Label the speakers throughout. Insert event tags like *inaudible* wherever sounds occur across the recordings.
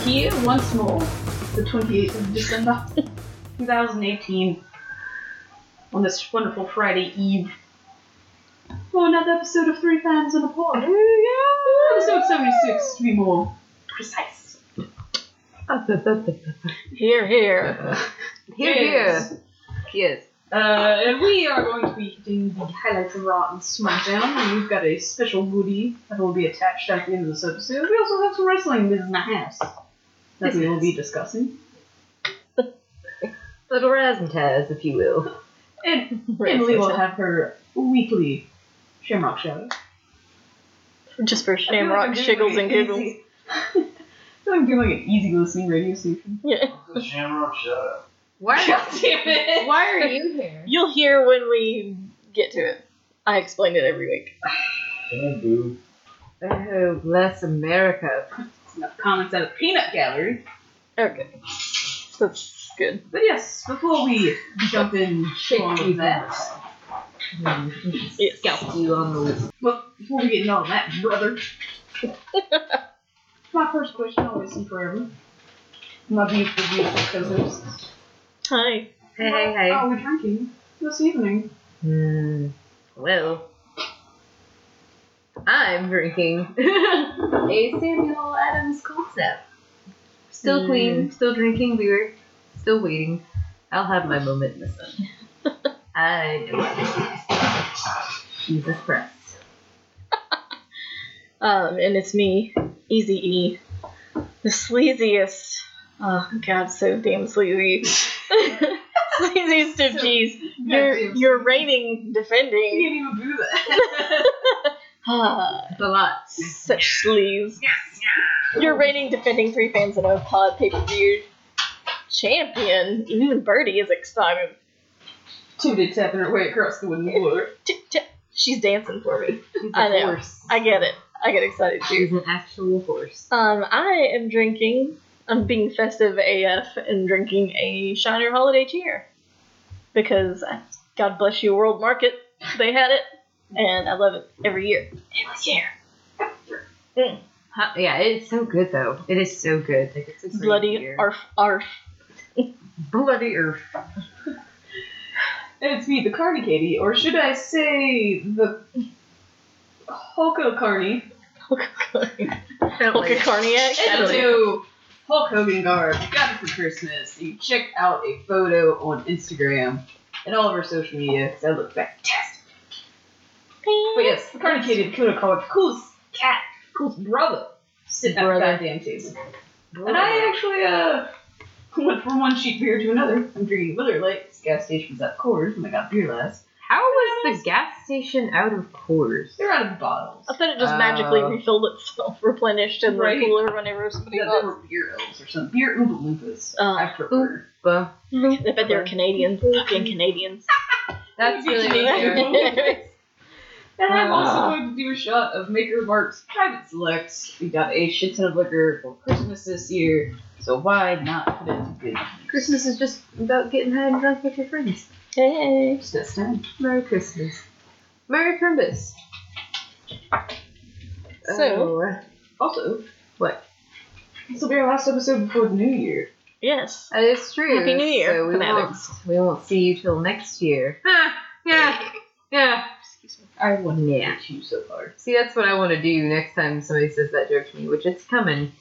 Speaker 1: here once more, the 28th of December, 2018, on this wonderful Friday Eve, for another episode of Three Fans on a Pod. Episode 76, to be more precise.
Speaker 2: *laughs* Here, here. Here,
Speaker 1: Yes.
Speaker 2: here. Yes.
Speaker 1: Uh, and we are going to be hitting the highlights of Raw and SmackDown, and we've got a special goodie that will be attached at the end of this episode. We also have some wrestling news in the house that we will be discussing.
Speaker 2: Little razzmatazz, if you will.
Speaker 1: And Emily will have her weekly Shamrock Show.
Speaker 3: Just for shamrock shiggles and giggles.
Speaker 1: *laughs* so I'm doing like an easy listening radio
Speaker 3: *laughs*
Speaker 1: station.
Speaker 3: Yeah.
Speaker 4: The Shamrock Show.
Speaker 1: *laughs*
Speaker 2: Why,
Speaker 1: damn it!
Speaker 2: why are
Speaker 3: *laughs*
Speaker 2: you here?
Speaker 3: You'll hear when we get to it. I explain it every week.
Speaker 4: Don't boo.
Speaker 2: Oh, bless America.
Speaker 1: Enough comments out of Peanut Gallery.
Speaker 3: Okay. That's good.
Speaker 1: But yes, before we jump in uh,
Speaker 2: Shake
Speaker 1: all of
Speaker 2: you.
Speaker 1: that,
Speaker 2: Hmm.
Speaker 3: Yes.
Speaker 2: You on the list.
Speaker 1: well, before we get into all that, brother. *laughs* my first question, always and forever. My beautiful, beautiful cousins.
Speaker 3: Hi.
Speaker 2: Hey, hey, hey.
Speaker 1: What are we drinking this evening?
Speaker 2: Hmm. Well, I'm drinking *laughs* a Samuel Adams concept. Still
Speaker 3: Hmm.
Speaker 2: clean, still drinking beer, still waiting. I'll have my moment in the
Speaker 3: *laughs*
Speaker 2: sun. I know it. Jesus Christ.
Speaker 3: Um, and it's me, Easy E. The sleaziest. Oh god, so damn sleazy. *laughs* sleaziest of G's. You're
Speaker 1: goddamn
Speaker 3: you're reigning
Speaker 1: You
Speaker 3: defending.
Speaker 1: can't even do *laughs* that.
Speaker 3: Ah,
Speaker 2: It's a lot.
Speaker 3: such sleaze. You're reigning defending three fans in a pod pay per view champion. Even Birdie is excited.
Speaker 1: Two did tapping her way across the wooden *laughs* floor.
Speaker 3: Tip, tip. She's dancing for me.
Speaker 2: She's a
Speaker 3: I know.
Speaker 2: horse.
Speaker 3: I get it. I get excited too.
Speaker 2: She's an actual horse.
Speaker 3: Um, I am drinking. I'm being festive AF and drinking a Shiner Holiday Cheer because I, God bless you, World Market. They had it, and I love it every year. Every year. Mm.
Speaker 2: Huh, yeah, it's so good though. It is so good. Like, it's a great
Speaker 3: Bloody
Speaker 2: beer.
Speaker 3: arf arf.
Speaker 2: Bloody earth. *laughs*
Speaker 1: And it's me, the Carney Katie, or should I say the Hulko Carney?
Speaker 3: Like a carniac.
Speaker 1: Into Hulk Hogan Guard. We got it for Christmas. You check out a photo on Instagram and all of our social media because I look fantastic. But yes, the Carney Katie could have called coolest cat, coolest brother. Sit at the
Speaker 2: Brother.
Speaker 1: goddamn table. And I actually uh *laughs* went from one cheap beer to another. I'm drinking Miller Lite. This gas station's at Coors, and I got beer last.
Speaker 2: How was the gas station out of Coors?
Speaker 1: They're out of bottles.
Speaker 3: I thought it just magically
Speaker 2: Oh.
Speaker 3: refilled itself, replenished in
Speaker 1: Uh, Right.
Speaker 3: the cooler whenever somebody
Speaker 1: Yeah,
Speaker 3: got.
Speaker 1: they were beer elves or something. Beer Oompa Loompas.
Speaker 3: Uh,
Speaker 1: I prefer.
Speaker 2: But
Speaker 3: I bet they're
Speaker 2: *laughs*
Speaker 3: Canadians. Fucking Canadians.
Speaker 2: that's
Speaker 3: *laughs*
Speaker 2: really
Speaker 1: Did you
Speaker 2: what
Speaker 1: make
Speaker 2: they're-
Speaker 1: it? And I'm also
Speaker 2: Ah.
Speaker 1: going to do a shot of Maker Mark's Private Selects. We got a shit ton of liquor for Christmas this year, so why not put it to good
Speaker 2: Christmas is just about getting high and drunk with your friends.
Speaker 3: Hey.
Speaker 1: use this time?
Speaker 2: Merry Christmas. Merry Christmas.
Speaker 3: So,
Speaker 2: Oh,
Speaker 1: Also,
Speaker 2: what?
Speaker 1: this will be our last episode before the new year.
Speaker 2: *laughs*
Speaker 3: yes.
Speaker 2: That is true.
Speaker 3: Happy New Year,
Speaker 2: So we won't,
Speaker 3: fanatics.
Speaker 2: we won't see you till next year. yeah. Yeah.
Speaker 1: I want to
Speaker 2: Yeah.
Speaker 1: hit you so hard.
Speaker 2: See, that's what I want to do next time somebody says that joke to me, which it's coming.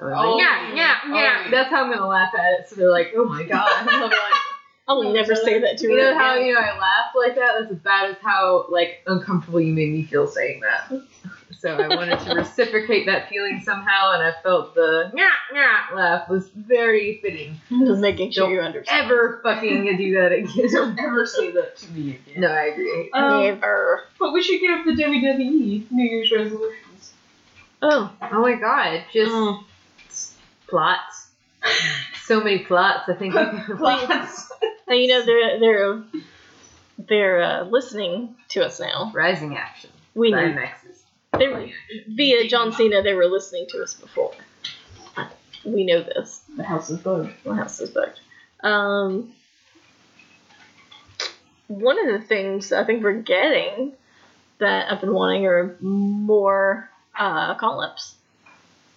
Speaker 2: I'm gonna be
Speaker 1: Oh,
Speaker 2: like, yeah, yeah, yeah.
Speaker 1: oh.
Speaker 2: That's how I'm gonna laugh at it. So they're like, oh my god. I'm *laughs* gonna be like,
Speaker 3: I will never say that to
Speaker 2: Oh, you
Speaker 3: her.
Speaker 2: know how
Speaker 3: again.
Speaker 2: you know I laugh like that? That's about as how like uncomfortable you made me feel saying that. So I wanted *laughs* to reciprocate that feeling somehow, and I felt the yeah yeah laugh was very fitting.
Speaker 3: I'm just making sure
Speaker 2: Don't
Speaker 3: you understand.
Speaker 2: Ever fucking do that again?
Speaker 1: Don't
Speaker 2: *laughs*
Speaker 1: ever say that to me again.
Speaker 2: no, I agree.
Speaker 1: Um,
Speaker 3: Never.
Speaker 1: But we should give the WWE New Year's resolutions.
Speaker 3: Oh.
Speaker 2: Oh my god, just
Speaker 3: Mm.
Speaker 2: plots. So many plots. I think. *laughs*
Speaker 1: Lots.
Speaker 3: Now, you know they're they're they're uh, listening to us now.
Speaker 2: Rising action.
Speaker 3: We
Speaker 2: by
Speaker 3: knew
Speaker 2: Nexus.
Speaker 3: they were, via John Cena. They were listening to us before. We know this.
Speaker 1: the house is bugged.
Speaker 3: My house is booked. Um, one of the things I think we're getting that I've been wanting are more uh, call ups.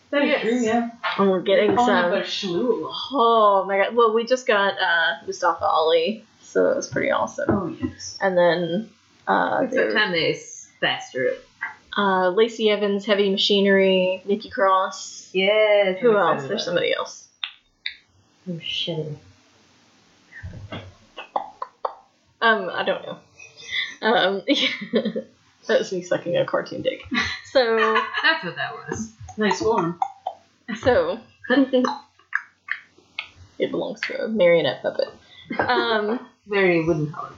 Speaker 1: That is
Speaker 2: Yes.
Speaker 1: true, yeah.
Speaker 3: And we're getting
Speaker 1: Calling
Speaker 3: some.
Speaker 1: up a shlu.
Speaker 3: Oh my god. Well, we just got uh, Mustafa Ali, so that was pretty awesome.
Speaker 1: Oh, yes.
Speaker 3: And then uh,
Speaker 2: It's about
Speaker 3: there-
Speaker 2: time they faster it.
Speaker 3: uh, Lacey Evans, Heavy Machinery, Nikki Cross.
Speaker 2: Yes.
Speaker 3: Who else? There's somebody else.
Speaker 2: Oh shit.
Speaker 3: Um, I don't know. Um, *laughs* that was me sucking a cartoon dick. So,
Speaker 2: That's what that was.
Speaker 1: Nice one.
Speaker 3: so it belongs to a marionette puppet. Um.
Speaker 2: Very wooden color.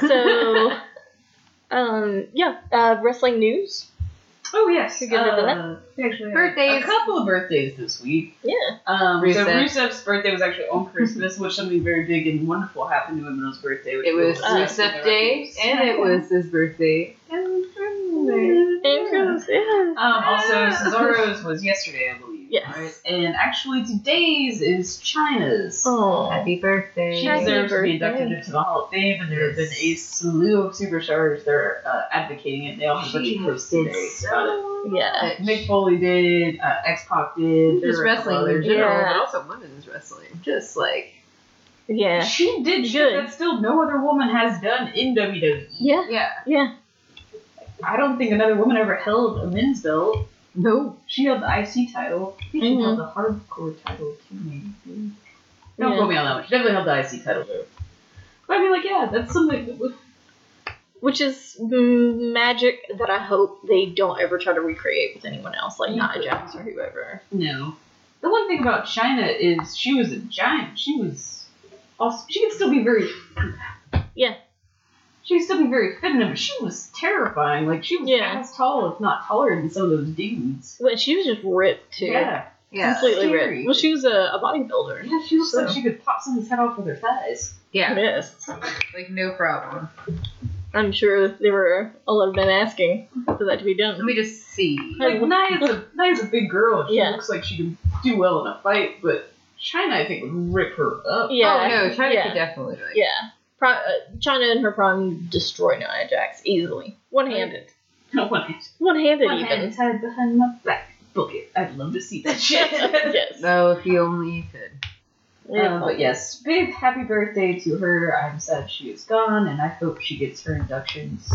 Speaker 3: So, um, yeah, uh, wrestling news.
Speaker 1: Oh, yes.
Speaker 3: You get rid of
Speaker 1: uh, we actually had
Speaker 2: Birthdays.
Speaker 1: A couple of birthdays this week.
Speaker 3: Yeah.
Speaker 1: Um, So
Speaker 2: Rusev.
Speaker 1: Rusev's birthday was actually on Christmas, which something very big and wonderful happened to him on his birthday. Which
Speaker 2: It was
Speaker 1: we will
Speaker 3: Uh,
Speaker 1: discuss in
Speaker 2: Rusev
Speaker 1: the
Speaker 2: Day,
Speaker 1: reviews.
Speaker 2: and it was his birthday.
Speaker 3: And girls, yeah.
Speaker 1: *laughs* Um, also, Cesaro's was yesterday, I believe.
Speaker 3: Yes.
Speaker 1: Right? And actually, today's is China's.
Speaker 3: Oh,
Speaker 2: Happy birthday.
Speaker 1: She
Speaker 3: Happy
Speaker 1: deserves to be inducted
Speaker 3: birthday.
Speaker 1: into the Hall of Fame, and there have been a
Speaker 2: Yes.
Speaker 1: slew of superstars that are uh, advocating it. They all have a bunch
Speaker 2: She
Speaker 1: of posts
Speaker 2: did
Speaker 1: today about it.
Speaker 2: so
Speaker 3: yeah.
Speaker 1: Uh, Mick Foley did, uh, X Pac did. there
Speaker 2: Just
Speaker 1: were a couple
Speaker 2: wrestling in
Speaker 1: others.
Speaker 2: general,
Speaker 3: Yeah.
Speaker 2: but also women's wrestling. Just like
Speaker 3: Yeah.
Speaker 1: She did shit
Speaker 3: Good.
Speaker 1: that still no other woman has done in WWE.
Speaker 3: Yeah.
Speaker 2: yeah,
Speaker 3: Yeah.
Speaker 1: I don't think another woman ever held a men's belt.
Speaker 2: no,
Speaker 1: She held the IC title. I think she
Speaker 3: Mhm.
Speaker 1: held the hardcore title too, maybe. Don't
Speaker 3: Yeah.
Speaker 1: quote me on that one. She definitely held the IC title though. But I mean, like, yeah, that's something. That was,
Speaker 3: Which is mm, magic that I hope they don't ever try to recreate with anyone else, like Nia Jax or whoever.
Speaker 1: no. The one thing about China is she was a giant. She was also she could still be very.
Speaker 3: Yeah.
Speaker 1: She could still be very feminine, but she was terrifying. Like she was
Speaker 3: Yeah.
Speaker 1: as tall, if not taller, than some of those dudes.
Speaker 3: Well, she was just ripped too.
Speaker 1: Yeah.
Speaker 2: yeah,
Speaker 3: Completely
Speaker 1: Scary.
Speaker 3: ripped. Well, she was a, a bodybuilder.
Speaker 1: Yeah, she looks
Speaker 3: So-
Speaker 1: like she could pop someone's head off with her thighs.
Speaker 2: yeah,
Speaker 3: Yes.
Speaker 2: like no problem.
Speaker 3: I'm sure there were a lot of men asking for that to be
Speaker 2: Let
Speaker 3: done.
Speaker 2: me just see.
Speaker 1: Like Nia's a Nia's a big girl. and She
Speaker 3: Yeah.
Speaker 1: looks like she can do well in a fight, but China I think would rip her up.
Speaker 3: Yeah.
Speaker 2: oh no, China
Speaker 3: yeah.
Speaker 2: could definitely like
Speaker 3: Yeah. Pro- uh, China in her prime destroy Nia Jax easily. One handed.
Speaker 1: No one hand.
Speaker 3: One handed
Speaker 1: One hand
Speaker 3: even.
Speaker 2: *laughs*
Speaker 1: tied behind my back. Book it. I'd love to see that shit.
Speaker 3: yes.
Speaker 2: No, Uh, if you only could.
Speaker 1: Um, but yes, big happy birthday to her. I'm sad she is gone, and I hope she gets her inductions.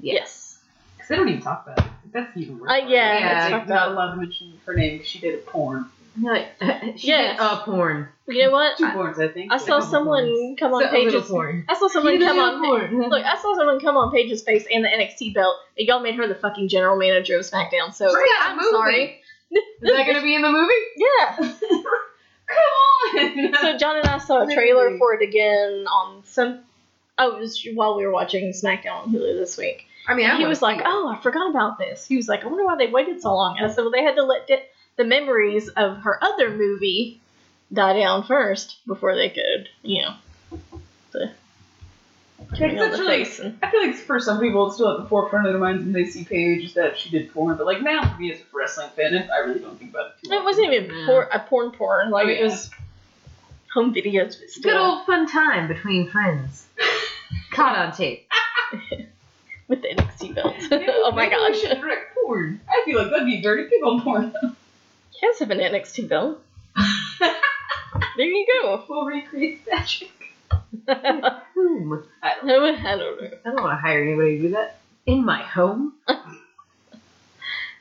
Speaker 3: Yes.
Speaker 1: Because they don't even talk about it. That's even worse.
Speaker 3: Uh, yeah,
Speaker 2: Yeah,
Speaker 1: it's
Speaker 2: it's
Speaker 1: like
Speaker 3: fucked
Speaker 1: not
Speaker 3: up.
Speaker 1: allowed to mention her name. 'cause She did a porn.
Speaker 2: Like, *laughs* she
Speaker 3: Yes.
Speaker 2: did a porn.
Speaker 3: You know what?
Speaker 1: Two
Speaker 3: I,
Speaker 1: porns, I think.
Speaker 3: I
Speaker 1: Yeah.
Speaker 3: saw someone come
Speaker 2: So,
Speaker 3: on
Speaker 2: a little
Speaker 3: pages.
Speaker 2: porn.
Speaker 3: I saw someone
Speaker 2: She did
Speaker 3: come
Speaker 2: a
Speaker 3: on.
Speaker 2: porn.
Speaker 3: Look, I saw someone come on Paige's face and the NXT belt, and y'all made her the fucking general manager of SmackDown. So
Speaker 2: Bring out
Speaker 3: I'm
Speaker 2: a movie.
Speaker 3: sorry.
Speaker 2: Is that gonna be in the movie?
Speaker 3: *laughs* Yeah. *laughs*
Speaker 1: Come on.
Speaker 3: So John and I saw a trailer for it again on some. Oh, it was while we were watching SmackDown on Hulu this week.
Speaker 2: I mean, I
Speaker 3: And he
Speaker 2: wanna
Speaker 3: was like,
Speaker 2: see it.
Speaker 3: "Oh, I forgot about this." He was like, "I wonder why they waited so long." And I said, "Well, they had to let di- the memories of her other movie die down first before they could, you know." The, turning on the
Speaker 1: actually-
Speaker 3: face and-
Speaker 1: I feel like for some people, it's still at the forefront of their minds when they see Paige is that she did porn. But like now, for me as a wrestling fan, I really don't think about it. Too
Speaker 3: it wasn't even
Speaker 2: Yeah.
Speaker 3: por- a porn porn. Like it
Speaker 1: yeah.
Speaker 3: was home videos. But
Speaker 2: Good
Speaker 3: still,
Speaker 2: old fun time between *laughs* friends. Caught on tape.
Speaker 3: with the NXT belt.
Speaker 1: Maybe-
Speaker 3: *laughs* oh my
Speaker 1: maybe we
Speaker 3: gosh,
Speaker 1: should direct porn. I feel like that'd be dirty people porn.
Speaker 3: he has have an NXT belt. there you go. Oh,
Speaker 1: We'll recreate that.
Speaker 3: *laughs*
Speaker 1: shit.
Speaker 2: Whom?
Speaker 3: No, I don't know.
Speaker 2: I don't want to hire anybody to do that. In my home?
Speaker 3: Uh,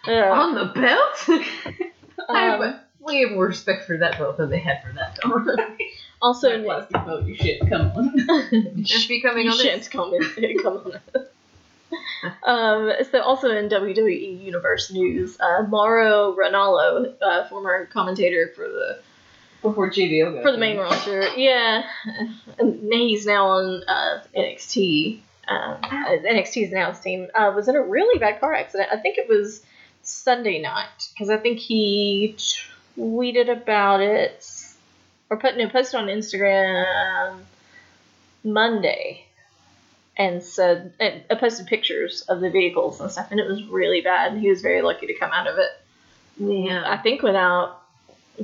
Speaker 2: On the belt? *laughs* I
Speaker 3: um,
Speaker 2: have way more respect for that belt than they had for that belt.
Speaker 3: also,
Speaker 1: That plastic boat, you shit. Come on.
Speaker 2: *laughs* Just be coming
Speaker 3: *laughs* you
Speaker 2: on
Speaker 3: shan't
Speaker 2: this.
Speaker 3: comment. Come on. um, so also in WWE Universe news, uh, Mauro Ranallo, uh, former commentator for the
Speaker 1: Before JBL goes.
Speaker 3: for the main roster, yeah, and he's now on uh, NXT. Uh, NXT's now his team uh, was in a really bad car accident. I think it was Sunday night because I think he tweeted about it or put no posted on Instagram Monday and said and I posted pictures of the vehicles and stuff and it was really bad and he was very lucky to come out of it. I
Speaker 2: Yeah.
Speaker 3: think without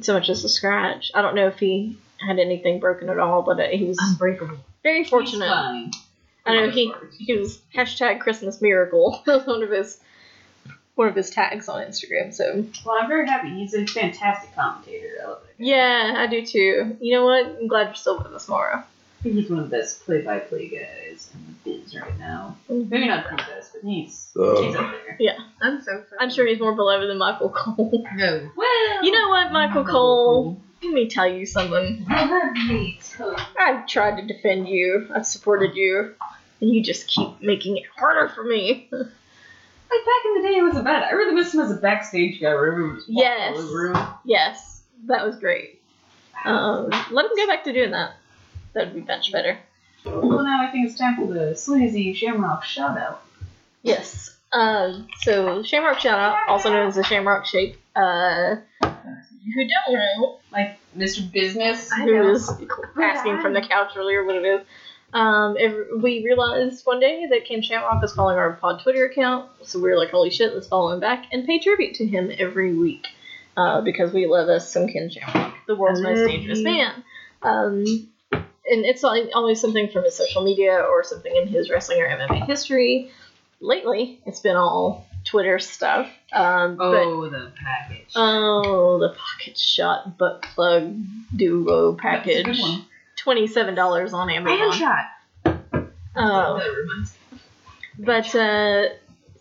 Speaker 3: so much as a scratch. I don't know if he had anything broken at all, but uh, he was
Speaker 2: Unbreakable.
Speaker 3: very
Speaker 1: Um, He's
Speaker 3: fortunate.
Speaker 1: fine.
Speaker 3: *laughs* I know he he was hashtag Christmas miracle. One of his one of his tags on Instagram. So
Speaker 1: Well, I'm very happy. He's a fantastic commentator. I love it.
Speaker 3: yeah, I do too. You know what? I'm glad you're still with us, Mara.
Speaker 1: I think he's one of the best play-by-play guys in the biz right now. Maybe not the best, but he's he's up there.
Speaker 2: I'm so sorry.
Speaker 3: I'm sure he's more beloved than Michael Cole. *laughs*
Speaker 2: No.
Speaker 1: Well,
Speaker 3: you know what, Michael Cole? Let me tell you something. I've tried to defend you. I've supported you, and you just keep making it harder for me.
Speaker 1: Like back in the day, it wasn't bad. I really miss him as a backstage guy where everyone just walked
Speaker 3: Yes.
Speaker 1: all over him.
Speaker 3: Yes, that was great. Um, let him go back to doing that. That would be much better.
Speaker 1: Well, now I think it's time for the Sleazy Shamrock shoutout.
Speaker 3: Yes. Um, so Shamrock Shoutout, also known as the Shamrock Shake, uh, who don't know
Speaker 1: Like Mr. Business.
Speaker 2: I
Speaker 3: who
Speaker 2: know.
Speaker 3: was asking from the couch earlier what it is. Um, it, we realized one day that Cam Shamrock was following our pod Twitter account, so we were like, holy shit, let's follow him back and pay tribute to him every week uh, because we love us some Ken Shamrock, the world's most dangerous man. Um, and it's al- always something from his social media or something in his wrestling or MMA history. Lately, it's been all Twitter stuff. Um, but
Speaker 2: Oh, the package.
Speaker 3: Oh, the pocket shot butt plug duo
Speaker 1: That's a
Speaker 3: package.
Speaker 1: good one.
Speaker 3: Twenty-seven dollars on
Speaker 2: and
Speaker 3: Amazon.
Speaker 2: shot.
Speaker 3: Um,
Speaker 2: That reminds me.
Speaker 3: but uh,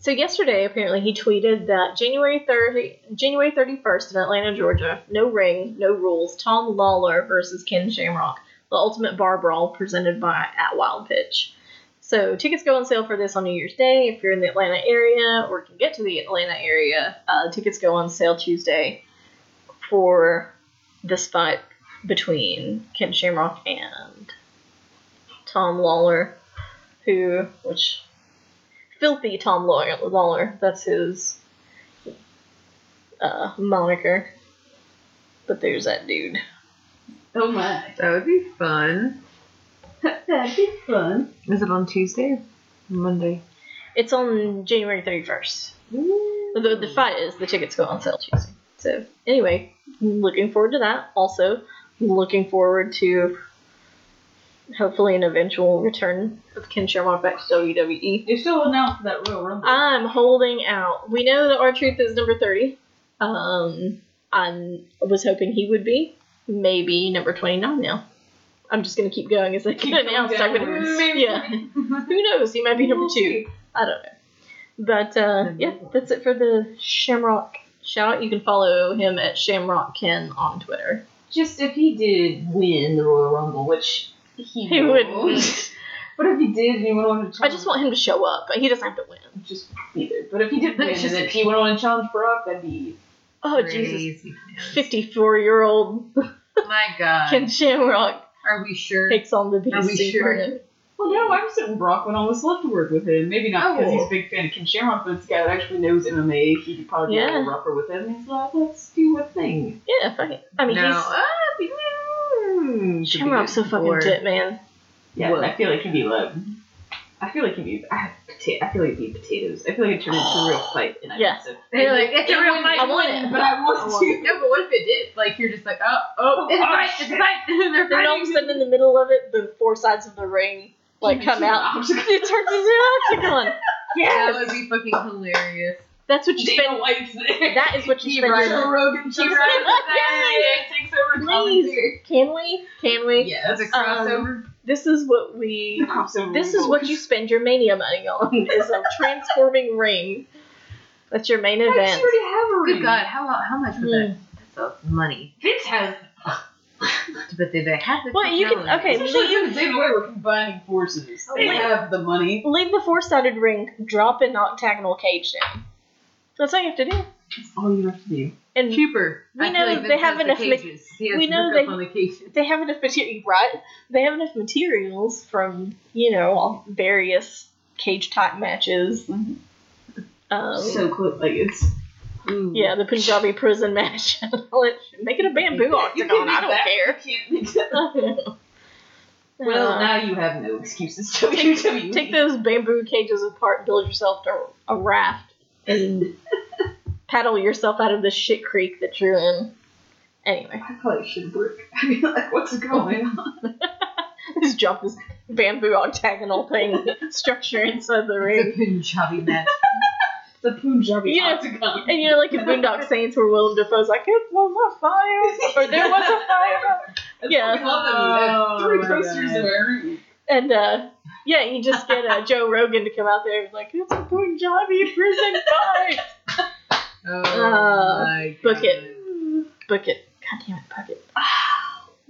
Speaker 3: so yesterday, apparently, he tweeted that January thirty, January thirty-first in Atlanta, Georgia. No ring, no rules. Tom Lawler versus Ken Shamrock. The Ultimate Bar Brawl presented by At Wild Pitch. So tickets go on sale for this on New Year's Day. If you're in the Atlanta area or can get to the Atlanta area, uh, tickets go on sale Tuesday for this fight between Ken Shamrock and Tom Lawler, who, which filthy Tom Lawler. Lawler that's his uh, moniker. But there's that dude.
Speaker 1: Oh my.
Speaker 2: That would be fun.
Speaker 1: That'd be fun.
Speaker 2: Is it on Tuesday? or Monday.
Speaker 3: It's on January 31st. The, the fight is the tickets go on sale Tuesday. So anyway, looking forward to that. Also, looking forward to hopefully an eventual return of Ken Shamrock back to E. WWE.
Speaker 1: They're still holding out for that Royal Rumble.
Speaker 3: I'm holding out. We know that our truth is number thirty. Um, I was hoping he would be maybe number twenty nine now. I'm just gonna keep going as I
Speaker 1: Keep
Speaker 3: get
Speaker 1: going
Speaker 3: announced. I'm gonna,
Speaker 1: downwards.
Speaker 3: yeah. Who knows? He might be number two. I don't know. But uh, yeah, that's it for the Shamrock shout out. You can follow him at Shamrock Ken on Twitter.
Speaker 1: Just if he did win the Royal Rumble, which he,
Speaker 3: He
Speaker 1: won't.
Speaker 3: wouldn't.
Speaker 1: But if he did, and he went on to challenge.
Speaker 3: I just want him to show up, but he doesn't have to win.
Speaker 1: just either. But if he
Speaker 3: *laughs*
Speaker 1: did win, and
Speaker 2: It's just-
Speaker 1: if he went on to challenge Brock, that'd be
Speaker 3: Oh Jesus!
Speaker 2: Crazy.
Speaker 3: Fifty four year old
Speaker 2: My God.
Speaker 3: Ken Shamrock
Speaker 2: Are we sure?
Speaker 3: takes on the
Speaker 2: Are we
Speaker 3: beast
Speaker 2: sure?
Speaker 3: incarnate.
Speaker 1: Well, no, I'm certain Brock would almost love to work with him. Maybe not because
Speaker 3: Oh.
Speaker 1: he's a big fan of Ken Shamrock, but it's a guy that actually knows MMA. He could probably be a
Speaker 3: Yeah.
Speaker 1: little rougher with him. He's like, let's do a thing.
Speaker 3: Yeah, fuck it. I mean,
Speaker 2: no.
Speaker 3: he's
Speaker 2: Ah, be- mm, should be
Speaker 3: Shamrock's so fucking
Speaker 2: bored.
Speaker 3: tit, man.
Speaker 1: Yeah,
Speaker 2: Whoa.
Speaker 1: and I feel like he'd be low. I feel like he'd be. I, pota- I feel like he'd be potatoes. I feel like it'd turn into a real fight. And I
Speaker 3: Yeah.
Speaker 1: so,
Speaker 2: They're like, it's a real
Speaker 1: wouldn't-
Speaker 2: fight.
Speaker 3: I want it.
Speaker 1: but I
Speaker 2: I
Speaker 1: want
Speaker 2: want it.
Speaker 1: to.
Speaker 2: *laughs* No, but what if it did? Like, you're just like, oh, oh,
Speaker 1: *laughs*
Speaker 2: it's a
Speaker 1: Oh,
Speaker 2: fight, it's a
Speaker 1: shit.
Speaker 2: fight. *laughs* They're
Speaker 3: Then all of a
Speaker 2: fighting.
Speaker 3: sudden, in the middle of it, the four sides of the ring like come out. *laughs* It turns into an octagon.
Speaker 2: That would be fucking hilarious.
Speaker 3: That's what you
Speaker 1: Dana
Speaker 3: spend.
Speaker 1: White's there. *laughs*
Speaker 3: That is what you
Speaker 2: Keep
Speaker 3: spend.
Speaker 2: riding.
Speaker 3: your-
Speaker 1: Joe Rogan
Speaker 2: Keep
Speaker 1: jumps
Speaker 2: riding
Speaker 1: out of the
Speaker 2: the
Speaker 1: back and takes over commentary.
Speaker 3: Please, can we? Can we?
Speaker 2: Yes. It's a
Speaker 3: Um,
Speaker 2: crossover.
Speaker 3: This is what we.
Speaker 2: Oh.
Speaker 1: Absolutely.
Speaker 3: This is what you spend your mania money on. *laughs* Is a transforming ring. That's your main
Speaker 1: Why does
Speaker 3: event.
Speaker 1: she already have a
Speaker 2: Good
Speaker 1: ring?
Speaker 2: God, how, how much was
Speaker 3: Mm.
Speaker 2: that? That's a money.
Speaker 1: Vince has
Speaker 2: But they, they have the
Speaker 3: Well, you can-
Speaker 2: technology.
Speaker 3: okay,
Speaker 1: Especially him and David White were combining forces. They
Speaker 3: Wait.
Speaker 1: have the money.
Speaker 3: Leave the four-sided ring. Drop an octagonal cage down. That's all you have to do.
Speaker 1: That's all you have to do.
Speaker 3: And
Speaker 2: cheaper.
Speaker 3: We
Speaker 2: I feel
Speaker 3: know
Speaker 2: like
Speaker 3: they
Speaker 2: Vince has
Speaker 3: have
Speaker 2: the
Speaker 3: enough ma-
Speaker 2: cages. He has
Speaker 3: we know
Speaker 2: hookup
Speaker 3: they-
Speaker 2: on the cages.
Speaker 3: they have enough material, right? They have enough materials from you know all various cage type matches.
Speaker 1: Mhm.
Speaker 3: Um,
Speaker 1: So close, like *laughs* it's.
Speaker 3: yeah, the Punjabi prison match. *laughs* Make it a bamboo octagon. I don't care.
Speaker 1: *laughs*
Speaker 3: *laughs*
Speaker 1: Well,
Speaker 3: Uh,
Speaker 1: now you have no excuses. *laughs* WWE.
Speaker 3: take those bamboo cages apart, build yourself a, a raft, and paddle yourself out of this shit creek that you're in. Anyway, *laughs*
Speaker 1: I probably should work. *laughs* I mean, like, what's going on?
Speaker 3: just jump this *laughs* bamboo octagonal thing structure inside the ring.
Speaker 2: The Punjabi match.
Speaker 1: the Punjabi
Speaker 3: Yeah.
Speaker 1: octagon.
Speaker 3: And you know, like in Boondock
Speaker 2: *laughs*
Speaker 3: Saints, where Willem Dafoe's like, it was a fire, or there was
Speaker 2: *laughs*
Speaker 3: a fire. Yeah.
Speaker 1: I love that movie. I
Speaker 2: Oh,
Speaker 1: have Three posters
Speaker 2: my
Speaker 1: in my room.
Speaker 3: And uh, yeah, you just get uh, Joe Rogan to come out there and be like, it's a Punjabi prison fight.
Speaker 2: Oh
Speaker 3: Uh,
Speaker 2: my god.
Speaker 3: book it. Book it. God damn it,
Speaker 2: *laughs*
Speaker 3: book it.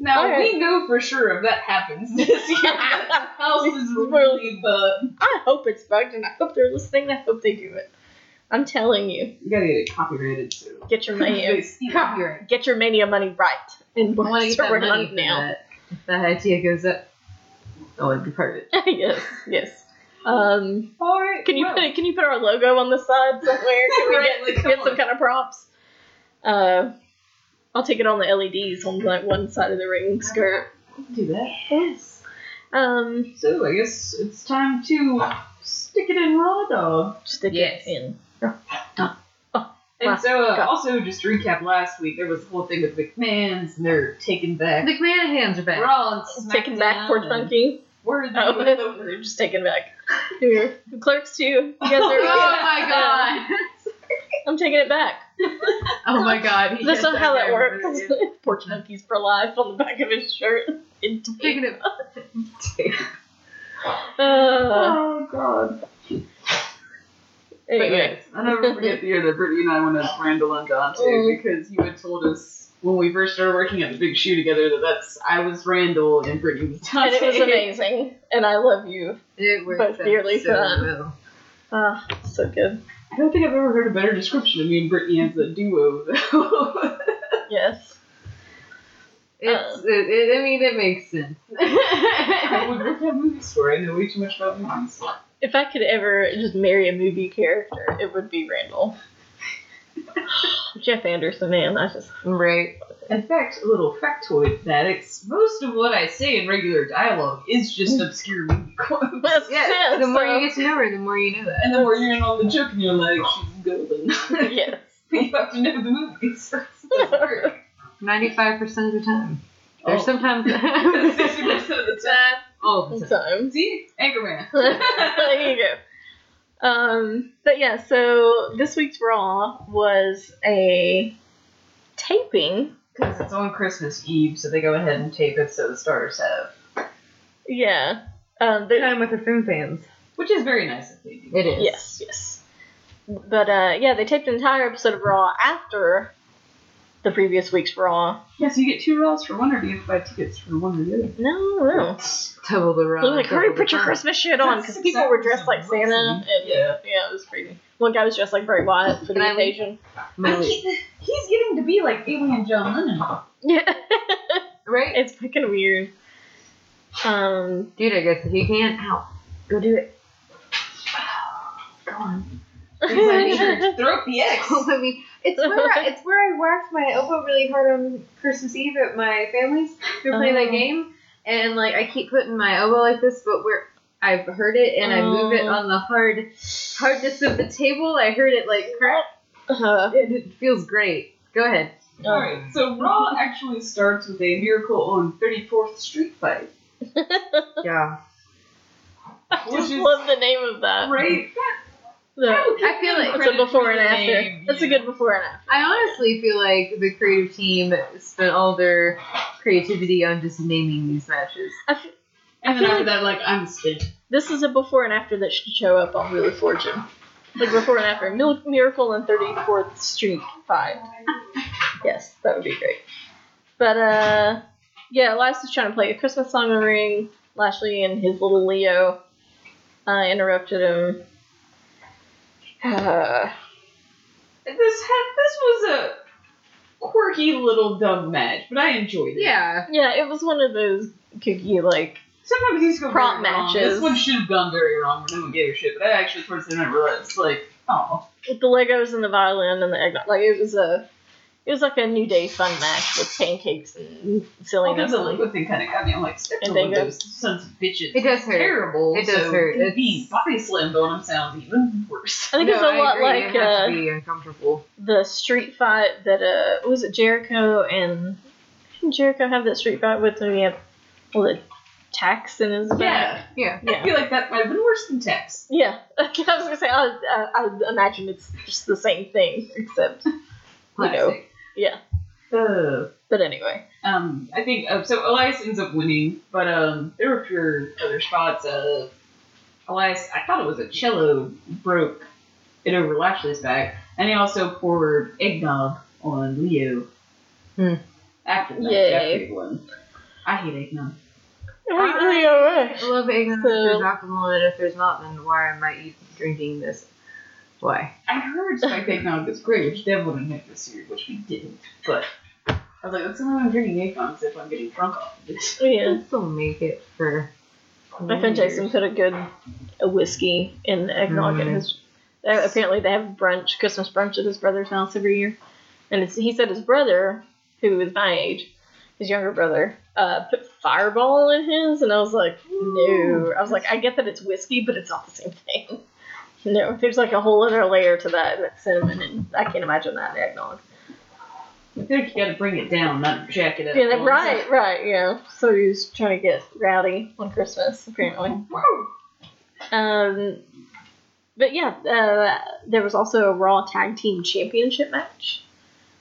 Speaker 1: Now
Speaker 3: All right.
Speaker 1: we know for sure if that happens *laughs* this year. that house
Speaker 3: *laughs*
Speaker 1: is really bugged.
Speaker 3: I hope it's bugged, and I hope they're listening. and I hope they do it. I'm telling you,
Speaker 1: You gotta get it copyrighted soon.
Speaker 3: get
Speaker 2: *laughs*
Speaker 3: your mania,
Speaker 1: They steal it.
Speaker 2: Copyright.
Speaker 3: get your mania money right, and
Speaker 2: I want to
Speaker 3: we're
Speaker 2: get that
Speaker 3: working on
Speaker 2: money
Speaker 3: it
Speaker 2: for
Speaker 3: now.
Speaker 2: that. If that idea goes up, I want to be part of it.
Speaker 3: *laughs* yes, yes. Um,
Speaker 1: All right.
Speaker 3: can you
Speaker 1: well,
Speaker 3: put it, can you put our logo on the side somewhere? Can
Speaker 1: *laughs*
Speaker 3: we
Speaker 1: Right,
Speaker 3: get,
Speaker 1: like,
Speaker 3: get
Speaker 1: come
Speaker 3: some
Speaker 1: on.
Speaker 3: kind of props? Uh, I'll take it on the LEDs on like one side of the
Speaker 1: Uh-huh.
Speaker 3: ring skirt.
Speaker 1: do that?
Speaker 3: Yes. Um,
Speaker 1: So I guess it's time to stick it in raw dog.
Speaker 3: stick
Speaker 2: Yes.
Speaker 3: it in. Wow.
Speaker 1: And so, uh,
Speaker 3: Go.
Speaker 1: also, just to recap last week, there was the whole thing with McMahon's, and they're taking back
Speaker 2: McManahan's are back.
Speaker 1: Raw and
Speaker 3: Taking back Porch
Speaker 1: SmackDown.
Speaker 3: Monkey.
Speaker 1: We're
Speaker 3: Oh,
Speaker 1: doing *laughs* it *laughs* over.
Speaker 3: we're just taking back. Here.
Speaker 1: *laughs*
Speaker 3: Clerks too. You *laughs* guys
Speaker 1: Oh,
Speaker 3: are.
Speaker 1: my
Speaker 3: *laughs* I'm taking it back.
Speaker 2: *laughs* Oh my god. Yes,
Speaker 3: That's not
Speaker 2: I
Speaker 3: how that
Speaker 2: remember
Speaker 3: works.
Speaker 2: it.
Speaker 3: *laughs* Porch Monkeys for life on the back of his shirt. *laughs* It-
Speaker 1: *laughs*
Speaker 2: Taking it.
Speaker 3: *laughs* Uh,
Speaker 1: Oh god.
Speaker 2: But
Speaker 3: anyway.
Speaker 2: yes.
Speaker 1: I'll never forget the year that Brittany and I went as Randall and Don
Speaker 3: Mm.
Speaker 1: too, because you had told us when we first started working at the big shoe together that that's I was Randall and Brittany was Dante.
Speaker 3: And it was amazing. And I love you.
Speaker 2: It works
Speaker 3: But
Speaker 2: out
Speaker 3: dearly
Speaker 2: so
Speaker 3: fun.
Speaker 2: well.
Speaker 3: Ah, so good.
Speaker 1: I don't think I've ever heard a better description of me and Brittany as a duo though. *laughs*
Speaker 3: *laughs* Yes.
Speaker 2: It's, it, it, I mean, it makes sense.
Speaker 1: I would work at a movie store. I know way too much about movies.
Speaker 3: If I could ever just marry a movie character, it would be Randall. *sighs* Jeff Anderson, man, I just
Speaker 2: Right.
Speaker 1: In fact, a little factoid that it's most of what I say in regular dialogue is just obscure movie quotes. *laughs*
Speaker 2: Yeah. The more
Speaker 3: so-
Speaker 2: you get to know her, the more you know that.
Speaker 1: And then we're in on the joke and you're like, she's golden.
Speaker 2: *laughs*
Speaker 1: *laughs*
Speaker 3: yes.
Speaker 1: you have to know the movies. *laughs* That's great.
Speaker 2: 95% of the time.
Speaker 1: Oh.
Speaker 2: There's sometimes.
Speaker 3: *laughs*
Speaker 1: 60% of the time.
Speaker 2: all of the time.
Speaker 3: Sometimes.
Speaker 1: See? Anchorman.
Speaker 3: *laughs* there you go. Um, but yeah, so this week's Raw was a taping.
Speaker 1: Because it's on Christmas Eve, so they go ahead and tape it so the stars have.
Speaker 3: Yeah. Um, there-
Speaker 2: Time with the film fans.
Speaker 1: Which is very nice of them.
Speaker 2: It is.
Speaker 3: yes, yes. But uh, yeah, they taped an entire episode of Raw after the previous week's Raw.
Speaker 1: Yeah, so you get two rolls for one, or do you have to buy tickets for one or the other?
Speaker 3: No, no.
Speaker 2: Double the run.
Speaker 3: They're like, hurry,
Speaker 2: double the
Speaker 3: put your
Speaker 2: fun."
Speaker 3: Christmas shit on, because
Speaker 1: That's
Speaker 3: people were
Speaker 1: exactly
Speaker 3: dressed like
Speaker 1: what I'm
Speaker 3: Santa,
Speaker 1: saying.
Speaker 3: and yeah, it was crazy. One guy was dressed like Bray Wyatt for
Speaker 2: Can
Speaker 3: the
Speaker 2: I leave?
Speaker 3: occasion. *laughs*
Speaker 1: I
Speaker 2: Malik.
Speaker 1: mean, he's getting to be like Alien John Lennon.
Speaker 3: Yeah,
Speaker 2: Right?
Speaker 3: it's fucking weird. Um,
Speaker 2: Dude, I guess if you can't, ow, go do it.
Speaker 1: Go on.
Speaker 3: *laughs* yeah,
Speaker 1: Throw the
Speaker 2: *laughs*
Speaker 1: X.
Speaker 2: Don't let me. It's where I, it's where I worked my elbow really hard on Christmas Eve at my family's. We were playing
Speaker 3: Oh.
Speaker 2: that game, and like I keep putting my elbow like this, but where I've heard it, and I move it
Speaker 3: Oh.
Speaker 2: on the hard hardness of the table. I heard it like crack.
Speaker 3: uh,
Speaker 2: It, it feels great. Go ahead.
Speaker 1: Alright, so Raw actually starts with a miracle on 34th Street fight.
Speaker 2: Yeah.
Speaker 3: I just
Speaker 1: Which is-
Speaker 3: love the name of that.
Speaker 1: Right?
Speaker 3: The,
Speaker 2: I feel like
Speaker 3: that's a before and after. That's a good before and after.
Speaker 2: I honestly feel like the creative team spent all their creativity on just naming these matches.
Speaker 3: I f-
Speaker 1: And then after that, like, I'm skint.
Speaker 3: this is a before and after that should show up on Wheel of Fortune. Like before and after. Mil- Miracle and 34th Street 5. Yes, that would be great. But, uh, yeah, Elias is trying to play a Christmas song in the ring. Lashley and his little Leo uh, interrupted him. Uh,
Speaker 1: This had, this was a quirky little dumb match, but I enjoyed it.
Speaker 2: Yeah.
Speaker 3: yeah, it was one of those cookie, like,
Speaker 1: Sometimes these go
Speaker 3: Prompt
Speaker 1: very wrong.
Speaker 3: matches.
Speaker 1: This one should have gone very wrong. No one gave a shit, but I actually towards the end I realized, like, oh,
Speaker 3: with the Legos and the violin and the eggnog. Like, it was a. It was like a New Day fun match with pancakes and
Speaker 1: because
Speaker 3: silliness.
Speaker 1: the Lego thing kind of got me. I'm like, step
Speaker 3: And
Speaker 1: on
Speaker 3: they
Speaker 1: one
Speaker 3: go-
Speaker 1: of those sons of bitches.
Speaker 2: It does hurt.
Speaker 1: terrible.
Speaker 2: It does
Speaker 1: so
Speaker 2: hurt.
Speaker 1: to
Speaker 2: It's-
Speaker 1: be body slammed on him sounds even worse.
Speaker 3: I think it's a
Speaker 2: No, I
Speaker 3: lot
Speaker 2: agree.
Speaker 3: like
Speaker 2: it has to
Speaker 3: uh,
Speaker 2: be uncomfortable.
Speaker 3: the street fight that uh was it Jericho and didn't Jericho have that street fight with him? Yep. Well, the tax in his back.
Speaker 1: Yeah.
Speaker 2: Yeah.
Speaker 1: I feel like that might have been worse than Tex.
Speaker 3: Yeah, *laughs* I was gonna say I, I, I imagine it's just the same thing, except
Speaker 2: Classic.
Speaker 3: yeah.
Speaker 1: Ugh.
Speaker 3: But anyway,
Speaker 1: Um, I think uh, so. Elias ends up winning, but um, there were a few other spots. Uh, Elias, I thought it was a cello broke it over Lashley's back, and he also poured eggnog on Leo.
Speaker 2: Hmm.
Speaker 1: After that,
Speaker 3: Yay.
Speaker 1: after he won. I hate eggnog.
Speaker 2: Really *laughs* I
Speaker 3: alright.
Speaker 2: love eggnog
Speaker 3: So-
Speaker 2: if there's alcohol in it. If there's not, then why am I eat, drinking this? Why?
Speaker 1: I heard spiked eggnog is great, which Dev would have made this year, which we didn't. But I was like, that's the only way I'm drinking eggnog is if I'm getting drunk off of it.
Speaker 3: Yeah,
Speaker 2: Let's still make it for.
Speaker 3: my friend Jason put a good a whiskey in eggnog at
Speaker 2: Mm.
Speaker 3: his. uh, Apparently, they have brunch, Christmas brunch at his brother's house every year, and it's, he said his brother, who is my age, his younger brother, uh, put Fireball in his, and I was like, no. I was like, I get that it's whiskey, but it's not the same thing. *laughs* No, there's like a whole other layer to that, and that's cinnamon, and I can't imagine that in eggnog.
Speaker 1: I think you gotta bring it down, not jack it up.
Speaker 3: Yeah, that- right, right, yeah. So he was trying to get rowdy on Christmas, apparently. Um, but yeah, uh, there was also a Raw Tag Team Championship match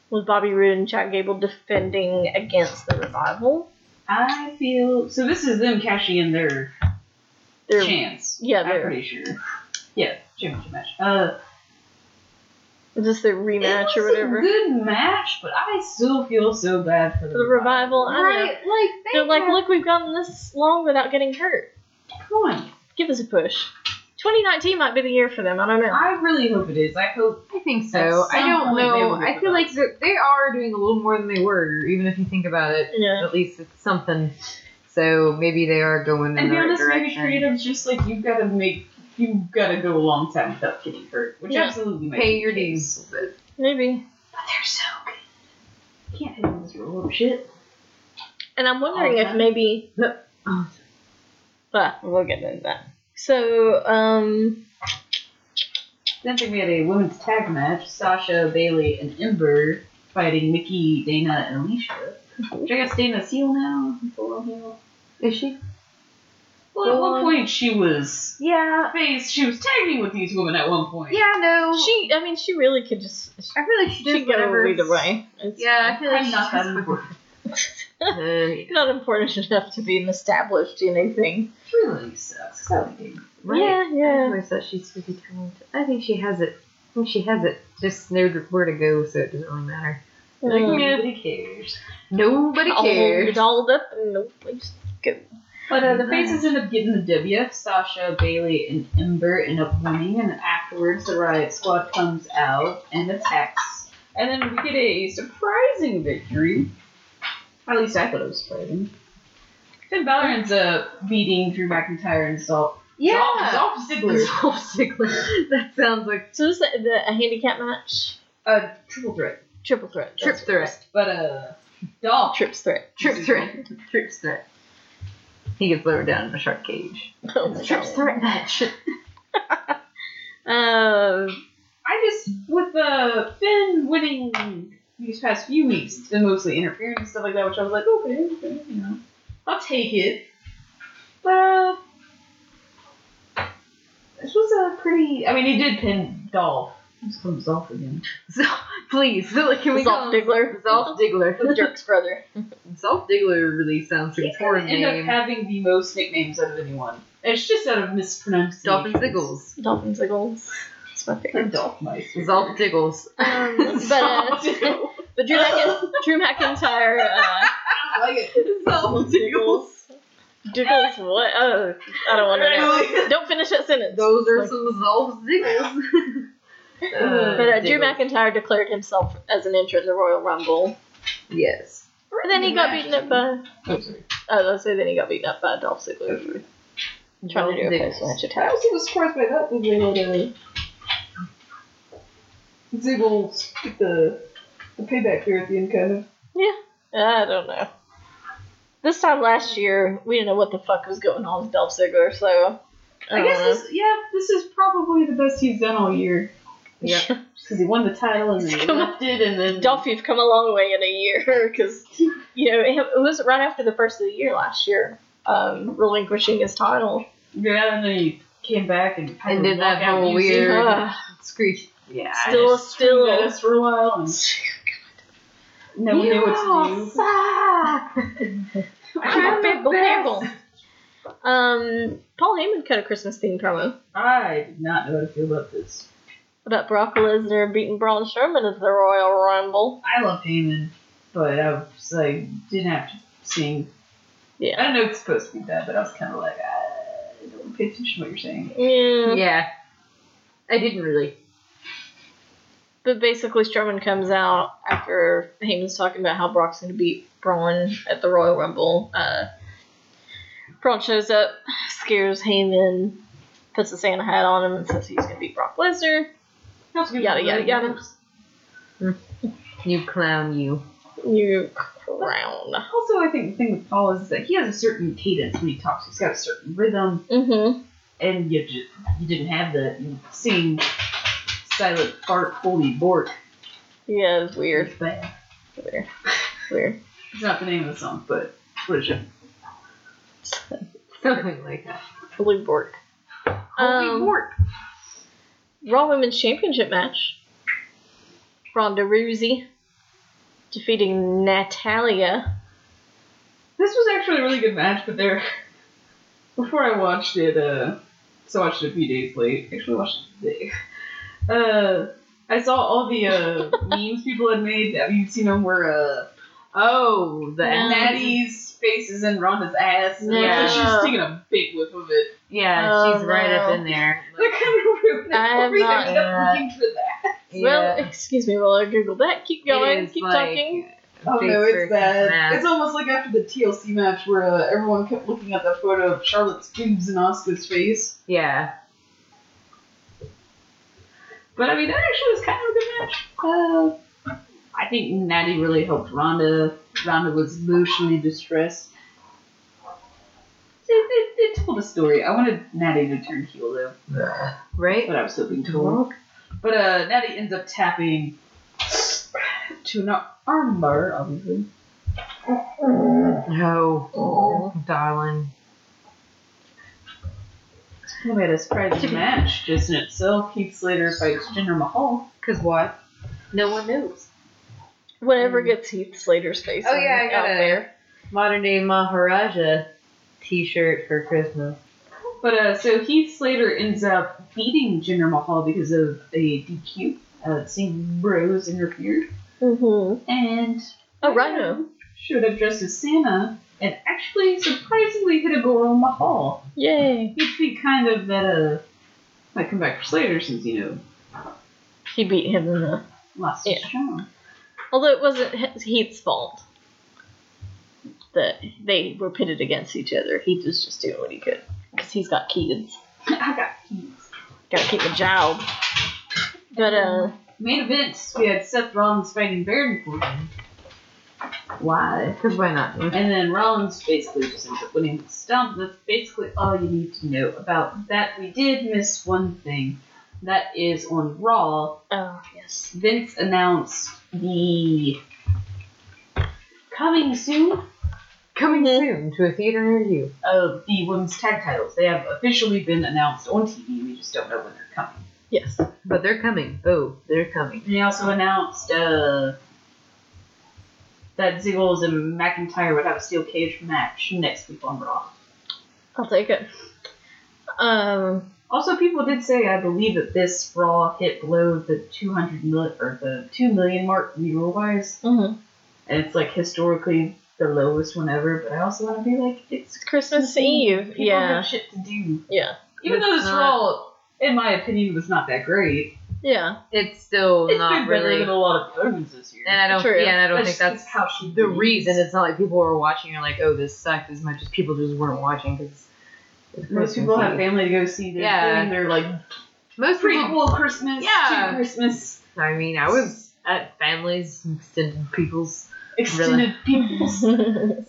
Speaker 3: with Bobby Roode and Chad Gable defending against the Revival.
Speaker 1: I feel so. This is them cashing in their
Speaker 3: They're,
Speaker 1: chance.
Speaker 3: yeah,
Speaker 1: I'm
Speaker 3: they're-
Speaker 1: pretty sure. Yeah, championship match. Uh,
Speaker 3: is this their
Speaker 1: it
Speaker 3: rematch or
Speaker 1: was
Speaker 3: whatever?
Speaker 1: A good match, but I still feel so bad for the,
Speaker 3: For the Revival, I don't know.
Speaker 2: like
Speaker 3: They're like, look, we've gotten this long without getting hurt.
Speaker 1: Come on,
Speaker 3: Give us a push. 2019 might be the year for them. I don't know.
Speaker 1: I really hope it is. I hope.
Speaker 2: I think
Speaker 1: At
Speaker 2: so.
Speaker 1: some
Speaker 2: I don't
Speaker 1: point they
Speaker 2: know.
Speaker 1: will
Speaker 2: I
Speaker 1: give
Speaker 2: feel
Speaker 1: up.
Speaker 2: like they're- they are doing a little more than they were, even if you think about it.
Speaker 3: Yeah.
Speaker 2: At least it's something. So maybe they are going in
Speaker 1: And
Speaker 2: the
Speaker 1: be
Speaker 2: right
Speaker 1: honest, maybe
Speaker 2: direction.
Speaker 1: creatives just like you've got to make you've got to go a long time without getting hurt, which
Speaker 3: Yeah.
Speaker 1: absolutely makes
Speaker 2: Pay your dues. a bit.
Speaker 3: Maybe.
Speaker 1: But they're so good. Can't hit them with your little shit.
Speaker 3: And I'm wondering if
Speaker 1: Okay.
Speaker 3: maybe.
Speaker 2: Oh, No. Oh.
Speaker 3: But we'll get into that. So, um,
Speaker 1: Then they had a women's tag match: Sasha, Bailey, and Ember fighting Mickey, Dana, and Alicia. Which I guess Dana's heel now. Full on heel.
Speaker 2: Mm-hmm. Is she?
Speaker 1: Well, at one point she was
Speaker 2: Yeah.
Speaker 1: face. She was tagging with these women at one point.
Speaker 2: Yeah. No.
Speaker 3: she, I mean, she really could just.
Speaker 2: I feel like she
Speaker 3: She
Speaker 2: did
Speaker 3: could go
Speaker 2: whatever.
Speaker 3: either way. It's
Speaker 2: Yeah, I feel like
Speaker 1: I'm
Speaker 2: she
Speaker 1: not
Speaker 2: just-
Speaker 1: that important.
Speaker 2: Uh,
Speaker 3: not important *laughs* enough to be established in anything.
Speaker 1: She really sucks. So I think.
Speaker 2: right.
Speaker 3: Yeah,
Speaker 2: I
Speaker 3: yeah.
Speaker 2: always thought she's pretty talented. I think she has it. I think she has it. Just knows where to go, so it doesn't really matter.
Speaker 1: Like,
Speaker 3: Mm.
Speaker 1: nobody cares.
Speaker 2: Nobody
Speaker 3: All
Speaker 2: cares.
Speaker 3: dolled up and nope, I just go.
Speaker 1: But uh, the faces end up getting the W. Sasha, Bailey, and Ember end up winning, and afterwards the Riot Squad comes out and attacks. And then we get a surprising victory. At least I thought it was surprising. Finn Balor ends up beating Drew McIntyre and Salt. Dolph, Dolph Ziggler.
Speaker 2: *laughs* Dolph Ziggler. That sounds like
Speaker 3: So this is the, the, a handicap match,
Speaker 1: Uh, triple threat.
Speaker 3: triple threat,
Speaker 2: trip
Speaker 3: That's-
Speaker 2: threat.
Speaker 1: But uh, Dolph
Speaker 3: trips threat.
Speaker 2: Trip threat. Trip threat. He gets lowered down in a shark cage.
Speaker 3: *laughs* Oh my
Speaker 2: Trip
Speaker 3: god.
Speaker 2: threat match.
Speaker 3: Um,
Speaker 1: I just with the Finn winning these past few weeks, it's been mostly interference and stuff like that, which I was like, okay, okay, you know, I'll take it. But uh, this was a pretty. I mean, he did pin Dolph. I just call him Dolph again.
Speaker 2: *laughs* So please, *laughs* so, like, can we
Speaker 3: Dolph
Speaker 2: call him
Speaker 3: Diggler, *laughs*
Speaker 2: Zolf Diggler? *laughs*
Speaker 3: Dirk's brother.
Speaker 2: Zolf Diggler really sounds like a foreign
Speaker 1: end up
Speaker 2: name.
Speaker 1: having the most nicknames out of anyone. It's just out of mispronunciation.
Speaker 2: Dolphin Ziggles.
Speaker 3: Dolphin Ziggles. That's my favorite.
Speaker 1: Or Dolph Mice.
Speaker 2: Zolf Diggles.
Speaker 1: *laughs*
Speaker 3: Um, but, uh, but Drew, Mc- Drew McIntyre. Uh,
Speaker 1: I like it.
Speaker 2: Zolf
Speaker 3: Diggles. Diggles, what? Oh, I don't want to know. Don't finish that sentence.
Speaker 2: Those are
Speaker 3: Like-
Speaker 2: some Zolf Ziggles.
Speaker 3: But uh, Drew
Speaker 2: Diggles.
Speaker 3: McIntyre declared himself as an entrant in the Royal Rumble.
Speaker 2: Yes.
Speaker 3: And then he got beaten up by.
Speaker 1: Oh, sorry.
Speaker 3: Oh, let's say then he got beaten up by Dolph Ziggler for trying to do a post match
Speaker 1: I
Speaker 3: attack.
Speaker 1: was so surprised by that because they let uh, Ziggles get the the payback here at the end, kind of.
Speaker 3: I don't know. This time last year, we didn't know what the fuck was going on with Dolph Ziggler, so.
Speaker 1: I, guess
Speaker 3: Uh-huh.
Speaker 1: this, yeah, this is probably the best he's done all year *laughs*
Speaker 2: Yeah.
Speaker 1: because he won the title and then he
Speaker 3: Come on.
Speaker 1: left it and then
Speaker 3: Dolph, you've *laughs* come a long way in a year because you know it was right after the first of the year last year. um, relinquishing his title.
Speaker 1: Yeah, and then he came back and
Speaker 2: And did that
Speaker 1: walked out
Speaker 2: whole
Speaker 1: using-
Speaker 2: weird-
Speaker 3: Ugh.
Speaker 2: Screech. Yeah.
Speaker 3: Still-
Speaker 1: just screamed at us for a while, and no one knew what to do.
Speaker 2: Ah!
Speaker 3: I'm a big bagel. Um, Paul Heyman cut a Christmas themed promo
Speaker 1: I did not know how to feel about this.
Speaker 3: about Brock Lesnar beating Braun Strowman at the Royal Rumble.
Speaker 1: I love Heyman, but I was like, didn't have to sing. I
Speaker 3: Yeah.
Speaker 1: don't know if it's supposed to be that, but I was kind of like, I don't pay attention to what you're saying.
Speaker 3: Yeah.
Speaker 2: Yeah. I didn't really.
Speaker 3: But basically, Strowman comes out after Heyman's talking about how Brock's going to beat Braun at the Royal Rumble. Uh, Braun shows up, scares Heyman, puts the Santa hat on him, and says he's going to beat Brock Lesnar. Yada, yada, yada.
Speaker 2: You clown, you.
Speaker 3: New crown.
Speaker 1: Also, I think the thing with Paul is that he has a certain cadence when he talks. He's got a certain rhythm,
Speaker 3: Mm-hmm.
Speaker 1: and you ju- you didn't have that. You sing silent fart, holy bork.
Speaker 3: Yeah, it's weird.
Speaker 1: It's bad.
Speaker 3: Weird. Weird.
Speaker 1: It's not the name of the song, but what is it?
Speaker 2: Something like that.
Speaker 3: Blue Bork.
Speaker 1: Holy
Speaker 3: Um,
Speaker 1: bork.
Speaker 3: Raw Women's Championship match. Ronda Rousey defeating Natalia.
Speaker 1: This was actually a really good match, but there. *laughs* Before I watched it, uh, so I watched it a few days late. Actually, I watched it today. *laughs* Uh, I saw all the
Speaker 3: *laughs*
Speaker 1: uh, memes people had made. Have you seen them? Where uh,
Speaker 2: Oh, the
Speaker 3: No.
Speaker 1: Natty's face is in Rhonda's ass, and
Speaker 3: No.
Speaker 1: like, she's taking a big whiff of it.
Speaker 2: Yeah,
Speaker 3: Oh,
Speaker 2: she's right
Speaker 3: no.
Speaker 2: up in *laughs* there.
Speaker 1: *laughs* They're kind of rude.
Speaker 3: I have
Speaker 1: Everything
Speaker 3: not-
Speaker 1: kept looking for that.
Speaker 3: Well, excuse me while I Google that. Keep
Speaker 2: It
Speaker 3: going.
Speaker 2: is
Speaker 3: Keep
Speaker 2: like
Speaker 3: talking.
Speaker 2: a
Speaker 1: Oh
Speaker 2: big
Speaker 1: no,
Speaker 2: circus
Speaker 1: it's bad.
Speaker 2: mass.
Speaker 1: It's almost like after the TLC match where uh, everyone kept looking at that photo of Charlotte's boobs and Oscar's face.
Speaker 2: yeah.
Speaker 1: But I mean, that actually was kind of a good match. Uh, I think Natty really helped Ronda. Ronda was emotionally distressed. It, it, it told a story. I wanted Natty to turn heel though.
Speaker 2: Right?
Speaker 1: what I was hoping to
Speaker 2: Mm-hmm.
Speaker 1: work. But uh, Natty ends up tapping to an armbar, obviously.
Speaker 2: No. darling.
Speaker 1: We had a surprising match just in itself. Keith Slater fights Jinder Mahal. Cause why?
Speaker 2: No one knows.
Speaker 3: Whatever gets Heath Slater's face
Speaker 2: mm. Oh,
Speaker 3: on-
Speaker 2: yeah, I got
Speaker 3: out
Speaker 2: it.
Speaker 3: there.
Speaker 2: Modern day Maharaja t shirt for Christmas.
Speaker 1: But uh, so Heath Slater ends up beating Jinder Mahal because of a DQ. Uh, seeing Bros interfered,
Speaker 3: Mm-hmm.
Speaker 1: and
Speaker 3: Oh, Rhino.
Speaker 1: showed up dressed as Santa, and actually surprisingly hit a Goro Mahal.
Speaker 3: Yay.
Speaker 1: You'd be kind of that uh, might come back for Slater since you know
Speaker 3: He beat him in the.
Speaker 1: lost his
Speaker 3: Yeah.
Speaker 1: charm.
Speaker 3: Although it wasn't He- Heath's fault that they were pitted against each other. Heath was just doing what he could because he's got kids.
Speaker 1: *laughs* I got keys.
Speaker 3: Got to keep a job. But uh,
Speaker 1: Main events, we had Seth Rollins fighting Baron Corbin. Why?
Speaker 2: Because why not?
Speaker 1: And then Rollins basically just ends up winning the stump. That's basically all you need to know about that. We did miss one thing. That is on Raw.
Speaker 3: oh yes,
Speaker 1: Vince announced the coming soon
Speaker 2: Coming soon to a theater near you.
Speaker 1: of the women's tag titles. They have officially been announced on TV. We just don't know when they're coming.
Speaker 3: yes.
Speaker 2: But they're coming. Oh, they're coming.
Speaker 1: And They also announced uh, that Ziggles and McIntyre would have a steel cage match next week on Raw.
Speaker 3: I'll take it. Um,
Speaker 1: Also, people did say, I believe that this Raw hit below the 200 million or the 2 million mark viewer wise,
Speaker 3: mhm.
Speaker 1: and it's like historically the lowest one ever. But I also want to be like, it's
Speaker 3: it's Christmas Eve.
Speaker 1: people
Speaker 3: Yeah,
Speaker 1: have
Speaker 2: *laughs*
Speaker 1: shit to do.
Speaker 3: yeah,
Speaker 1: Even though
Speaker 2: It's
Speaker 1: this
Speaker 2: not-
Speaker 1: Raw, in my opinion, was not that great.
Speaker 3: yeah. *laughs*
Speaker 2: It's still
Speaker 1: It's
Speaker 2: not
Speaker 1: been better
Speaker 2: really.
Speaker 1: than a lot of tournaments this year.
Speaker 2: And I don't.
Speaker 3: True.
Speaker 2: Yeah, and I don't
Speaker 1: That's
Speaker 2: think that's
Speaker 1: just how she
Speaker 2: the
Speaker 1: reads.
Speaker 2: reason. It's not like people were watching. You're like, oh, this sucked as much as people just weren't watching because
Speaker 1: Most people have family to go see. They're
Speaker 2: Yeah.
Speaker 1: doing their like
Speaker 2: *laughs* Most people.
Speaker 1: prequel Christmas
Speaker 2: Yeah.
Speaker 1: to Christmas
Speaker 2: I mean, I was at families, extended people's,
Speaker 1: extended peoples.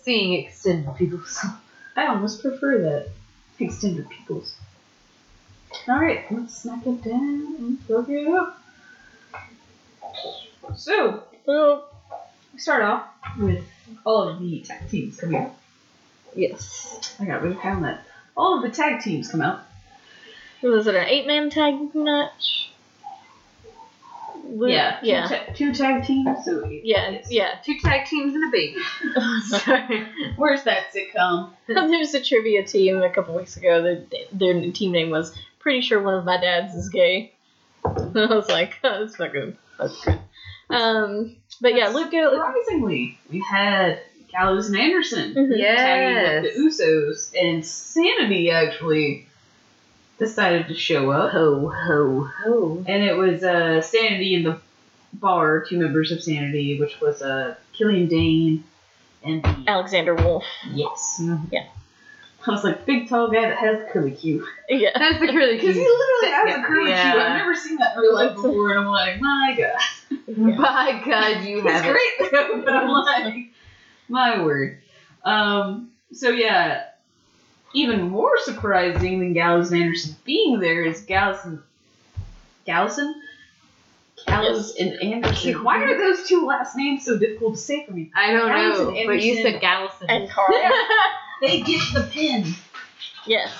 Speaker 2: seeing extended people's.
Speaker 1: *laughs* I almost prefer that extended peoples. All right, let's smack it down and plug it up. So
Speaker 3: Well,
Speaker 1: we start off with all of the tag teams coming up.
Speaker 3: Yes.
Speaker 1: I got rid of Hamlet. All of the tag teams come out.
Speaker 3: Was it an eight man tag match? Luke-
Speaker 1: Yeah.
Speaker 3: Yeah.
Speaker 1: Two, ta- two tag teams. So eight.
Speaker 3: yeah.
Speaker 2: *laughs*
Speaker 3: Yeah. *laughs*
Speaker 2: Two tag teams and
Speaker 1: *laughs*
Speaker 2: a baby. Sorry.
Speaker 1: Where's that sitcom?
Speaker 3: there was a trivia team a couple weeks ago. Their, their team name was Pretty Sure One of My Dads is Gay. *laughs* I was like, oh, that's fucking. That's good. Um, but yeah,
Speaker 1: That's
Speaker 3: Luke Gallows.
Speaker 1: *laughs* Surprisingly, we had Gallows and Anderson
Speaker 3: Mhm.
Speaker 1: tagging
Speaker 2: Yes.
Speaker 1: with the Usos, and Sanity actually decided to show up.
Speaker 2: Ho ho ho.
Speaker 1: And it was uh, Sanity and the bar, two members of Sanity, which was uh, Killian Dane and the.
Speaker 3: Alexander Wolf. *laughs*
Speaker 1: Yes.
Speaker 3: Oh. Yeah.
Speaker 1: I was like, big tall guy that has curly Q.
Speaker 2: *laughs*
Speaker 3: Yeah.
Speaker 2: That's the curly
Speaker 1: Because he
Speaker 2: keys.
Speaker 1: literally has a curly
Speaker 2: Yeah.
Speaker 1: Q. I've never seen that in real life before, and I'm like, my god.
Speaker 3: yeah.
Speaker 2: By God, you
Speaker 1: It's
Speaker 2: have it.
Speaker 1: great, *laughs* though, but I'm like, my word. Um, so, yeah, even more surprising than Gallows and Anderson being there is Gallows and. Gallison? Gallows and Anderson. Why are those two last names so difficult to say for me?
Speaker 2: I don't
Speaker 1: Allison
Speaker 2: know, but you
Speaker 1: Anderson.
Speaker 2: said Gallison.
Speaker 3: And Carl.
Speaker 1: They get the pin.
Speaker 3: *laughs* Yes.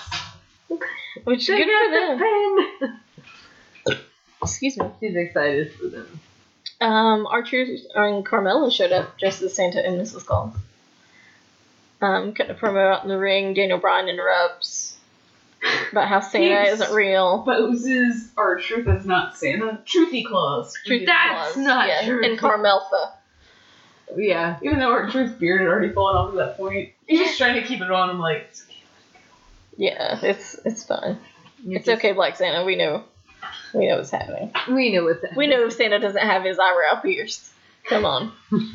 Speaker 3: Which
Speaker 2: They
Speaker 3: good
Speaker 2: got
Speaker 3: for them.
Speaker 2: the pen.
Speaker 3: Excuse me.
Speaker 2: She's excited for them.
Speaker 3: Um, Archer and Carmella showed up dressed as Santa and Mrs. Claus. Um, cut a promo out in the ring. Daniel Bryan interrupts about how Santa
Speaker 1: He's-
Speaker 3: isn't real.
Speaker 1: Poses are truth is not Santa. Truthy claws.
Speaker 3: Truth
Speaker 2: That's
Speaker 3: was,
Speaker 2: not
Speaker 3: yeah,
Speaker 2: true.
Speaker 3: And Carmelfa.
Speaker 2: Yeah.
Speaker 1: Even though our truth beard had already fallen off at that point, he's just trying to keep it on. I'm like, it's okay.
Speaker 3: Yeah, it's it's fun.
Speaker 2: You're
Speaker 3: It's
Speaker 2: just-
Speaker 3: okay, Black Santa. We know, we know what's happening.
Speaker 2: We know what's happening.
Speaker 3: We know Santa doesn't have his eyebrow pierced. Come on, *laughs*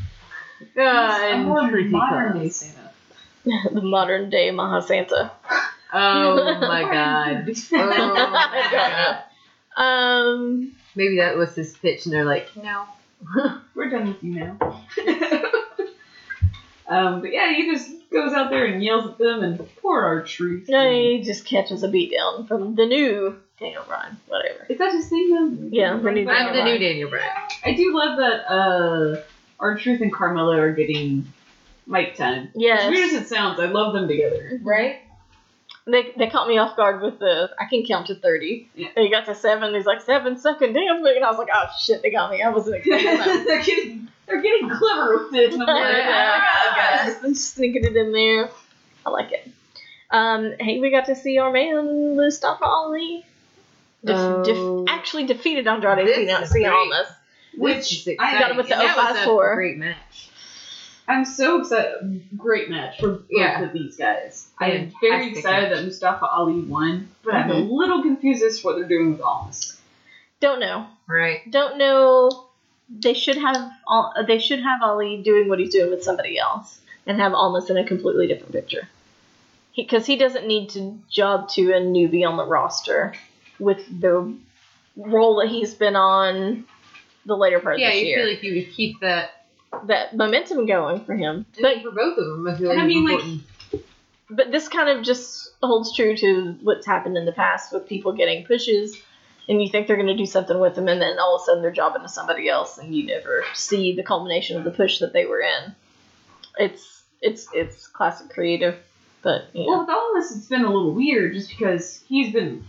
Speaker 1: A
Speaker 2: Uh, and
Speaker 1: more
Speaker 2: Trudy
Speaker 1: modern day
Speaker 2: Claus.
Speaker 1: Santa.
Speaker 3: the modern day Maha Santa.
Speaker 1: *laughs*
Speaker 2: Oh my god. Oh
Speaker 3: *laughs*
Speaker 2: my god.
Speaker 3: Um,
Speaker 2: Maybe that was his pitch, and they're like,
Speaker 1: *laughs*
Speaker 2: no.
Speaker 1: We're done with you now. *laughs* um, but yeah, he just goes out there and yells at them, and poor our truth.
Speaker 3: no, he just catches a beatdown from the new Daniel Bryan. Whatever.
Speaker 1: Is that his thing though?
Speaker 3: Yeah, we need
Speaker 2: I'm
Speaker 3: Daniel
Speaker 2: the
Speaker 3: Bryan.
Speaker 2: new Daniel Bryan.
Speaker 1: I do love that uh, our truth and Carmella are getting mic time. As weird as
Speaker 3: Yes.
Speaker 1: it sounds, I love them together.
Speaker 2: Right?
Speaker 3: They, they caught me off guard with the I can count to thirty.
Speaker 1: Yeah.
Speaker 3: And he got to seven. He's like seven second damn quick, and I was like, oh shit, they got me.
Speaker 2: *laughs*
Speaker 3: I wasn't expecting that.
Speaker 1: *laughs* they're getting they're getting clever with it. and I'm like, *laughs*
Speaker 3: Yeah.
Speaker 1: "Ah, guys."
Speaker 3: I'm just sneaking it in there. I like it. Um, hey, we got to see our man Mustafa Ali. Def-
Speaker 2: Oh.
Speaker 3: def- actually defeated Andrade
Speaker 2: This
Speaker 3: Cien-
Speaker 2: is
Speaker 3: Cien
Speaker 2: great.
Speaker 3: Almas.
Speaker 1: Which
Speaker 2: is
Speaker 1: I
Speaker 3: Got him with the
Speaker 2: exciting. That was a
Speaker 3: 054.
Speaker 2: Great match.
Speaker 1: I'm so excited. Great match for both
Speaker 2: Yeah.
Speaker 1: of these guys. I am
Speaker 2: Fantastic
Speaker 1: very excited
Speaker 2: match. Mm-hmm.
Speaker 1: that Mustafa Ali won, but I'm a little confused as to what they're doing with Almas.
Speaker 3: Don't know.
Speaker 2: Right.
Speaker 3: Don't know. They should have all. They should have Ali doing what he's doing with somebody else, and have Almas in a completely different picture. Because he, doesn't need to job to a newbie on the roster with the role that he's been on the later part
Speaker 2: Yeah,
Speaker 3: of this
Speaker 2: you
Speaker 3: year.
Speaker 2: feel like you would keep that
Speaker 3: that momentum going for him.
Speaker 2: But for both of them, I feel
Speaker 1: And
Speaker 2: like
Speaker 1: I mean,
Speaker 2: it's
Speaker 1: like-
Speaker 2: important.
Speaker 3: But this kind of just holds true to what's happened in the past with people getting pushes, and you think they're going to do something with them, and then all of a sudden they're jobbing to somebody else, and you never see the culmination of the push that they were in. It's it's it's classic creative, but you
Speaker 1: Well,
Speaker 3: know.
Speaker 1: with Almas, it's been a little weird just because he's been.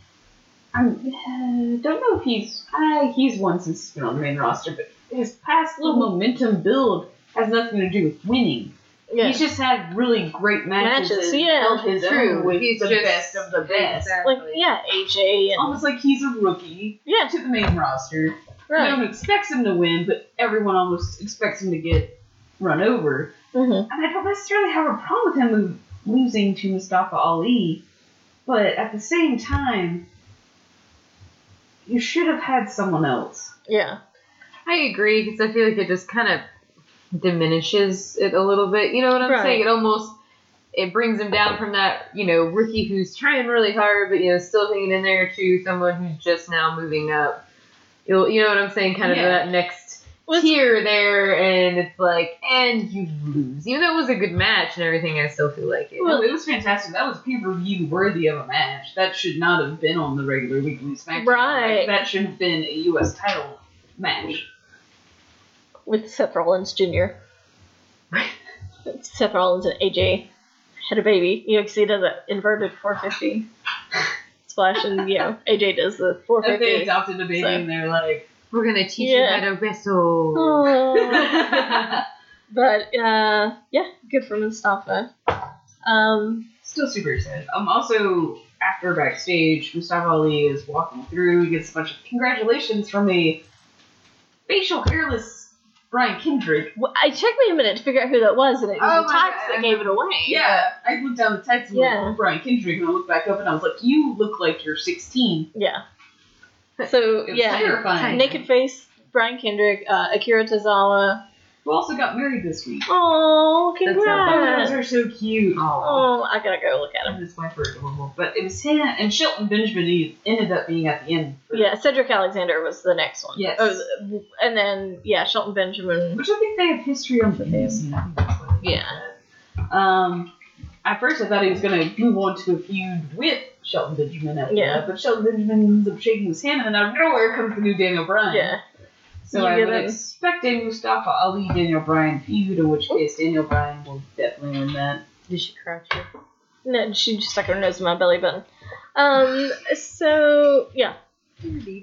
Speaker 1: I uh, *sighs* don't know if he's. Uh, he's won since he's been on the main roster, but his past little momentum build has nothing to do with winning.
Speaker 3: yeah.
Speaker 1: He's just had really great matches.
Speaker 3: Matches,
Speaker 1: and
Speaker 3: yeah.
Speaker 1: held his
Speaker 2: True.
Speaker 1: own with
Speaker 2: He's
Speaker 1: the
Speaker 2: just-
Speaker 1: best of the best.
Speaker 2: Exactly.
Speaker 3: like yeah, AJ and
Speaker 1: Almost like he's a rookie
Speaker 3: yeah,
Speaker 1: to the main roster. No
Speaker 3: right.
Speaker 1: one expects him to win, but everyone almost expects him to get run over.
Speaker 3: Mm-hmm.
Speaker 1: And I don't necessarily have a problem with him lo- losing to Mustafa Ali, but at the same time, you should have had someone else.
Speaker 3: Yeah,
Speaker 2: I agree because I feel like it just kind of diminishes it a little bit. You know what I'm
Speaker 3: Right.
Speaker 2: saying? It almost it brings him down from that you know rookie who's trying really hard but you know still hanging in there to someone who's just now moving up. You'll, you know what I'm saying? Kind of
Speaker 1: Yeah.
Speaker 2: that next
Speaker 3: Well, it's-
Speaker 2: tier there, and it's like, and you lose. Even though it was a good match and everything, I still feel like it.
Speaker 1: Well, it was fantastic. That was pay per view worthy of a match. That should not have been on the regular weekly SmackDown.
Speaker 3: Right.
Speaker 1: Like, that should have been a U.S. title match.
Speaker 3: with Seth Rollins Jr. Seth Rollins and AJ. had a baby. You know, 'cause he does an inverted 450 splash, and you know, AJ does the
Speaker 1: If they
Speaker 3: 450.
Speaker 1: adopted a baby
Speaker 3: So-
Speaker 1: and they're
Speaker 3: *laughs*
Speaker 1: like, *laughs*
Speaker 2: We're gonna teach
Speaker 3: Yeah.
Speaker 2: you how to whistle.
Speaker 1: still
Speaker 3: Aw. but uh, yeah, good for Mustafa. Um,
Speaker 1: super excited. Um, also after backstage, Mustafa Ali is walking through. He gets a bunch of congratulations from a facial hairless Brian Kendrick.
Speaker 3: w- I checked my minute to figure out who that was, and it was
Speaker 1: Oh
Speaker 3: the
Speaker 1: my
Speaker 3: tax
Speaker 1: God.
Speaker 3: that gave it away.
Speaker 1: Yeah, I looked down the text and
Speaker 3: Yeah.
Speaker 1: yeah. Brian Kendrick, and I looked back up and I was like, "You look like you're 16."
Speaker 3: Yeah. So
Speaker 1: It was
Speaker 3: yeah,
Speaker 1: terrifying.
Speaker 3: Naked Face, Brian Kendrick, uh, Akira Tozawa.
Speaker 1: Who also got married this week?
Speaker 3: Oh,
Speaker 2: That's
Speaker 1: Those
Speaker 3: congrats!
Speaker 1: are so cute.
Speaker 3: Oh, I gotta go look at him.
Speaker 1: And his wife were adorable, but it was him and Shelton Benjamin. He ended up being at the end. for-
Speaker 3: Yeah, Cedric Alexander was the next one.
Speaker 1: Yes.
Speaker 3: Oh, the- and then yeah, Shelton Benjamin.
Speaker 1: Which I think they have history on the fantasy. and I think that's what it is. Um, at first I thought he was going to move on to a feud with Shelton Benjamin. At
Speaker 3: Yeah.
Speaker 1: But Shelton Benjamin ends up shaking his hand, and out of nowhere comes the new Daniel Bryan.
Speaker 3: Yeah,
Speaker 1: So
Speaker 3: You
Speaker 1: I
Speaker 3: get
Speaker 1: would
Speaker 3: it.
Speaker 1: expect a Mustafa Ali Daniel Bryan feud, in which case Daniel Bryan will definitely win that.
Speaker 2: Did she crouch you?
Speaker 3: no, she just stuck her nose in my belly button. Um, so yeah,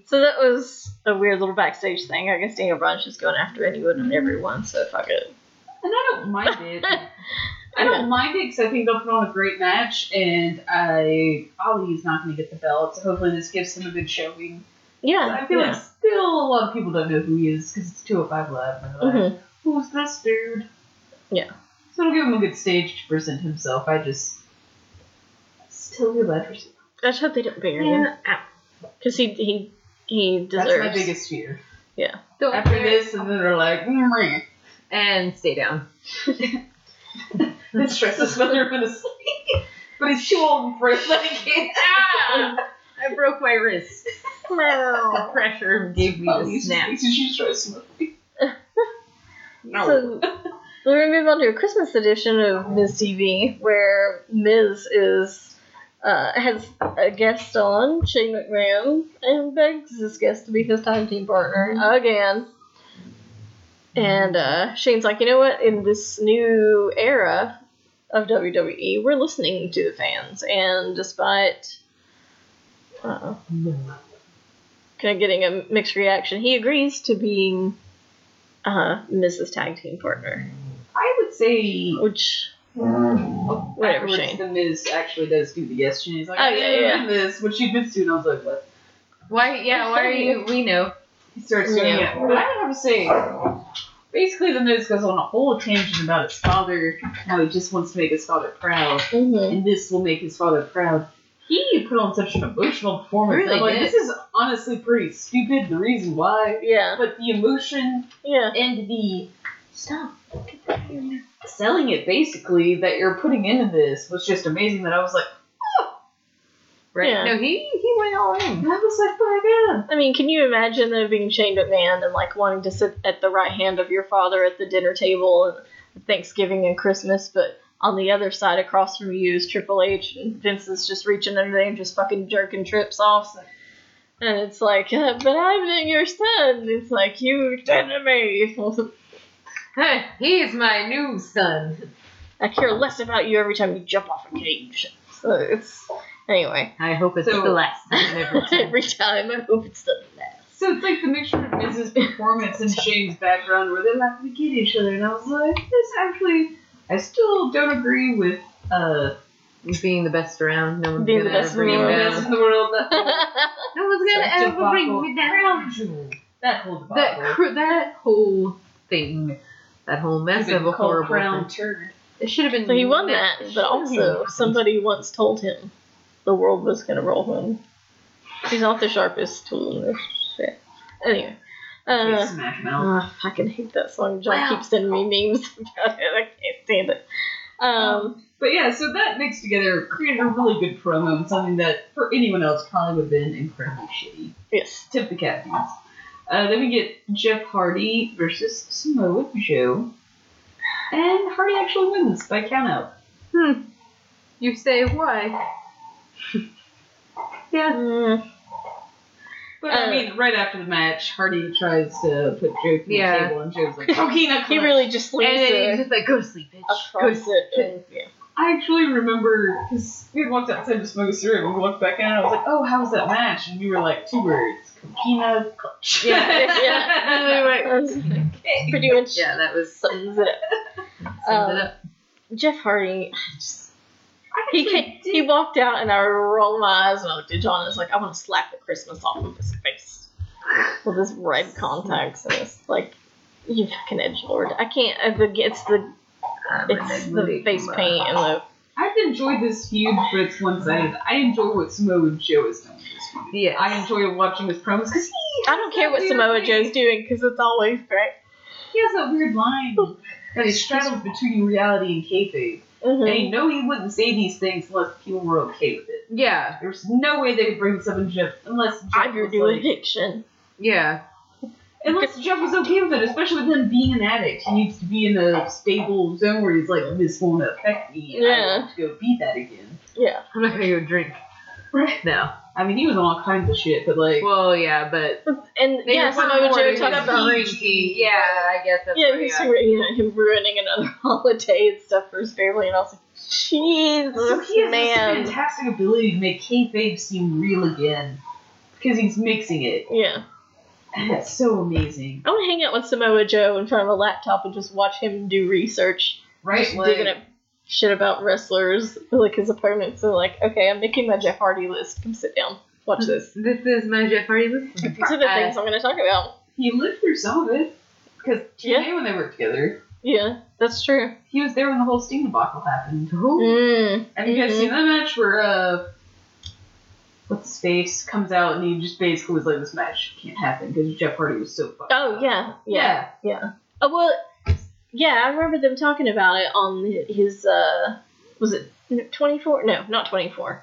Speaker 3: so that was a weird little backstage thing. I guess Daniel Bryan's just going after anyone and everyone, so fuck it.
Speaker 1: And I don't mind
Speaker 3: *laughs*
Speaker 1: it. I don't mind it because I think they'll put on a great match, and I Ali's not going to get the belt, so hopefully this gives him a good showing.
Speaker 3: Yeah,
Speaker 1: I feel
Speaker 3: yeah.
Speaker 1: like still a lot of people don't know who he is because it's 205 Live. And they're like,
Speaker 3: Mhm.
Speaker 1: Who's this dude?
Speaker 3: Yeah.
Speaker 1: So it'll give him a good stage to present himself. I just still feel bad for Cena.
Speaker 3: I just hope they don't bury him
Speaker 1: Yeah.
Speaker 3: because he he he deserves.
Speaker 1: That's my biggest fear.
Speaker 3: Yeah.
Speaker 2: Don't
Speaker 1: After
Speaker 2: worry.
Speaker 1: this, and then they're like, "Mm,
Speaker 3: *laughs*
Speaker 1: meh.
Speaker 2: And stay down.
Speaker 1: It stresses when they're gonna sleep. *laughs* But he's too old for it. Like,
Speaker 2: Ah! I broke my wrist.
Speaker 1: *laughs*
Speaker 2: The pressure gave me
Speaker 1: oh,
Speaker 2: the
Speaker 1: he's *laughs*
Speaker 2: snap.
Speaker 1: just, he's just stressed.
Speaker 3: *laughs*
Speaker 1: No.
Speaker 3: So we're gonna move on to a Christmas edition of Ms. TV, where Ms. is uh, has a guest on, Shane McMahon, and begs this guest to be his tag team partner again. And uh, Shane's like, you know what? In this new era of WWE, we're listening to the fans, and despite uh, kind of getting a mixed reaction, he agrees to being uh, Mrs. Tag Team Partner.
Speaker 1: I would say
Speaker 3: Which, whatever,
Speaker 1: afterwards
Speaker 3: Shane.
Speaker 1: The Miz actually does do the yes, and he's like,
Speaker 3: Oh,
Speaker 1: oh,
Speaker 3: yeah,
Speaker 1: yeah, yeah,
Speaker 3: yeah.
Speaker 1: this, which she admits to, and I was like, what?
Speaker 2: Why? Yeah. Why are you? We know.
Speaker 1: He starts doing
Speaker 2: Yeah.
Speaker 1: it. But I would have to say, basically, the Miz goes on a whole tangent about his father, how he just wants to make his father proud,
Speaker 3: Mm-hmm.
Speaker 1: and this will make his father proud. He put on such an emotional performance.
Speaker 2: Really
Speaker 1: I'm like,
Speaker 2: did.
Speaker 1: this is honestly pretty stupid. The reason why,
Speaker 3: Yeah,
Speaker 1: but the emotion
Speaker 3: yeah,
Speaker 1: and the stop selling it basically that you're putting into this was just amazing that I was like
Speaker 2: Right.
Speaker 3: Yeah.
Speaker 2: No. He he went all
Speaker 1: I
Speaker 2: in.
Speaker 1: was like my god
Speaker 3: I mean, can you imagine though being Shane McMahon and like wanting to sit at the right hand of your father at the dinner table at Thanksgiving and Christmas, but on the other side across from you is Triple H and Vince is just reaching under there and just fucking jerking trips off. And it's like, uh, but I've been your son. It's like, you did to me. *laughs*
Speaker 2: Huh, He's my new son.
Speaker 3: I care less about you every time you jump off a cage. So it's, anyway,
Speaker 2: I hope it's
Speaker 1: So-
Speaker 2: the last time.
Speaker 3: *laughs*
Speaker 2: Every time.
Speaker 3: every time I hope it's the last.
Speaker 1: so it's like the mixture of Miz's performance and Shane's background where they're laughing to get each other and I was like this actually I still don't agree with uh
Speaker 2: Being the best around. No one's
Speaker 3: Being the
Speaker 2: gonna
Speaker 3: best
Speaker 2: ever bring
Speaker 3: around.
Speaker 2: him
Speaker 1: the best
Speaker 2: down.
Speaker 1: in the world that
Speaker 2: No one's gonna
Speaker 1: That
Speaker 2: ever bring
Speaker 1: debacle.
Speaker 2: me down.
Speaker 1: that whole
Speaker 2: That
Speaker 1: debacle.
Speaker 2: cr- that whole thing. That whole mess
Speaker 1: Even
Speaker 2: of a
Speaker 1: called
Speaker 2: horrible
Speaker 1: crown
Speaker 2: thing.
Speaker 1: turd.
Speaker 2: It should have been.
Speaker 3: So he won
Speaker 2: it
Speaker 3: that,
Speaker 2: should
Speaker 3: but
Speaker 2: have
Speaker 3: also
Speaker 2: been-
Speaker 3: somebody once told him the world was gonna roll him. He's not the sharpest tool in this shit. Anyway.
Speaker 1: Big
Speaker 3: Uh,
Speaker 1: Smash Mouth.
Speaker 3: uh, I fucking hate that song. John
Speaker 2: Wow.
Speaker 3: keeps sending me memes *laughs* about it. I can't stand it. Um,
Speaker 1: But yeah, so that mixed together created a really good promo and something that for anyone else probably would have been incredibly shitty.
Speaker 3: yes.
Speaker 1: Tip the cat meows. Uh, then we get Jeff Hardy versus Samoa Joe. And Hardy actually wins by countout.
Speaker 2: Hmm. You say
Speaker 3: *laughs*
Speaker 2: why? yeah.
Speaker 3: Mm,
Speaker 1: But
Speaker 3: Uh,
Speaker 1: I mean, right after the match, Hardy tries to put Joe through
Speaker 2: Yeah. Oh,
Speaker 1: the table, and Joe's like, "Oh, "Okay, now
Speaker 3: he really just leaves
Speaker 2: And then he's *laughs*
Speaker 3: it
Speaker 2: just like, go to sleep, bitch. Go to
Speaker 3: across
Speaker 2: sleep.
Speaker 3: it. and- yeah.
Speaker 1: I actually remember because we had walked outside to smoke a cigarette. We walked back in, and I was like, "Oh, how was that match?" And you were like, two words: Campina clutch."
Speaker 3: *laughs*
Speaker 2: Yeah.
Speaker 3: pretty much
Speaker 2: yeah, that was sums
Speaker 3: sums it up.
Speaker 2: it
Speaker 3: Um,
Speaker 2: up.
Speaker 3: Jeff Hardy, just,
Speaker 1: I
Speaker 3: he
Speaker 1: actually
Speaker 3: came, he walked out, and I rolled my eyes, and I looked at John, and I was like, I want to slap the Christmas off of his face with his red contacts and it's like, you fucking edge lord. I can't. uh, the- It's the
Speaker 2: Um, and
Speaker 3: it's
Speaker 2: then
Speaker 3: the
Speaker 2: movie
Speaker 3: face
Speaker 2: came up.
Speaker 3: paint and the
Speaker 1: *laughs* I've enjoyed this feud, but it's one sided. I enjoy what Samoa Joe is doing. This one.
Speaker 2: Yes.
Speaker 1: I enjoy watching his promos because he.
Speaker 3: I don't care what
Speaker 1: That's
Speaker 3: Samoa
Speaker 1: weird.
Speaker 3: Joe's doing because it's always great.
Speaker 1: He has that weird line that he straddles between reality and kayfabe. And
Speaker 3: Mhm.
Speaker 1: you know he wouldn't say these things unless people were okay with it.
Speaker 2: yeah,
Speaker 1: There's no way they would bring this up in Jeff unless Jeff
Speaker 3: I grew
Speaker 1: was
Speaker 3: to *laughs*
Speaker 1: like,
Speaker 3: addiction.
Speaker 2: yeah,
Speaker 1: unless Jeff was okay with it, especially with him being an addict. He needs to be in a stable zone where he's like, "Oh, this won't affect me. and I
Speaker 3: Yeah.
Speaker 1: don't want to go be that again.
Speaker 3: Yeah,
Speaker 2: I'm not gonna go drink
Speaker 1: Right.
Speaker 2: now.
Speaker 1: I mean, he was on all kinds of shit, but like,
Speaker 2: Well, yeah, but
Speaker 3: and
Speaker 2: they
Speaker 3: yeah,
Speaker 2: were
Speaker 3: Samoa Joe
Speaker 2: rewarding
Speaker 3: talks
Speaker 2: him
Speaker 3: about
Speaker 2: for drinking. Yeah, I guess that's
Speaker 3: yeah,
Speaker 2: where,
Speaker 3: he's ru- you know, him ruining another *laughs* holiday and stuff for his family, and I was like,
Speaker 1: so
Speaker 3: Jesus,
Speaker 1: he has this
Speaker 3: man.
Speaker 1: fantastic ability to make kayfabe seem real again because he's mixing it.
Speaker 3: Yeah,
Speaker 1: And it's so amazing.
Speaker 3: I want to hang out with Samoa Joe in front of a laptop and just watch him do research,
Speaker 1: Right? Like,
Speaker 3: digging up shit about wrestlers, like his opponents. So like, okay, I'm making my Jeff Hardy list. Come sit down,
Speaker 2: *laughs*
Speaker 3: watch this.
Speaker 2: This is my Jeff Hardy list.
Speaker 3: *laughs* These are the things I'm going to talk about.
Speaker 1: he lived through some of it because TNA
Speaker 3: Yeah.
Speaker 1: when they worked together,
Speaker 3: Yeah, that's true.
Speaker 1: he was there when the whole Steam debacle happened.
Speaker 3: Mm.
Speaker 1: Have you guys seen that match where uh, what's his face comes out and he just basically was like, "This match can't happen because Jeff Hardy was so fucked."
Speaker 3: Oh
Speaker 1: up."
Speaker 3: yeah, yeah.
Speaker 1: yeah.
Speaker 3: Oh well, yeah, I remember them talking about it on his. uh Was it twenty four? No, not twenty four.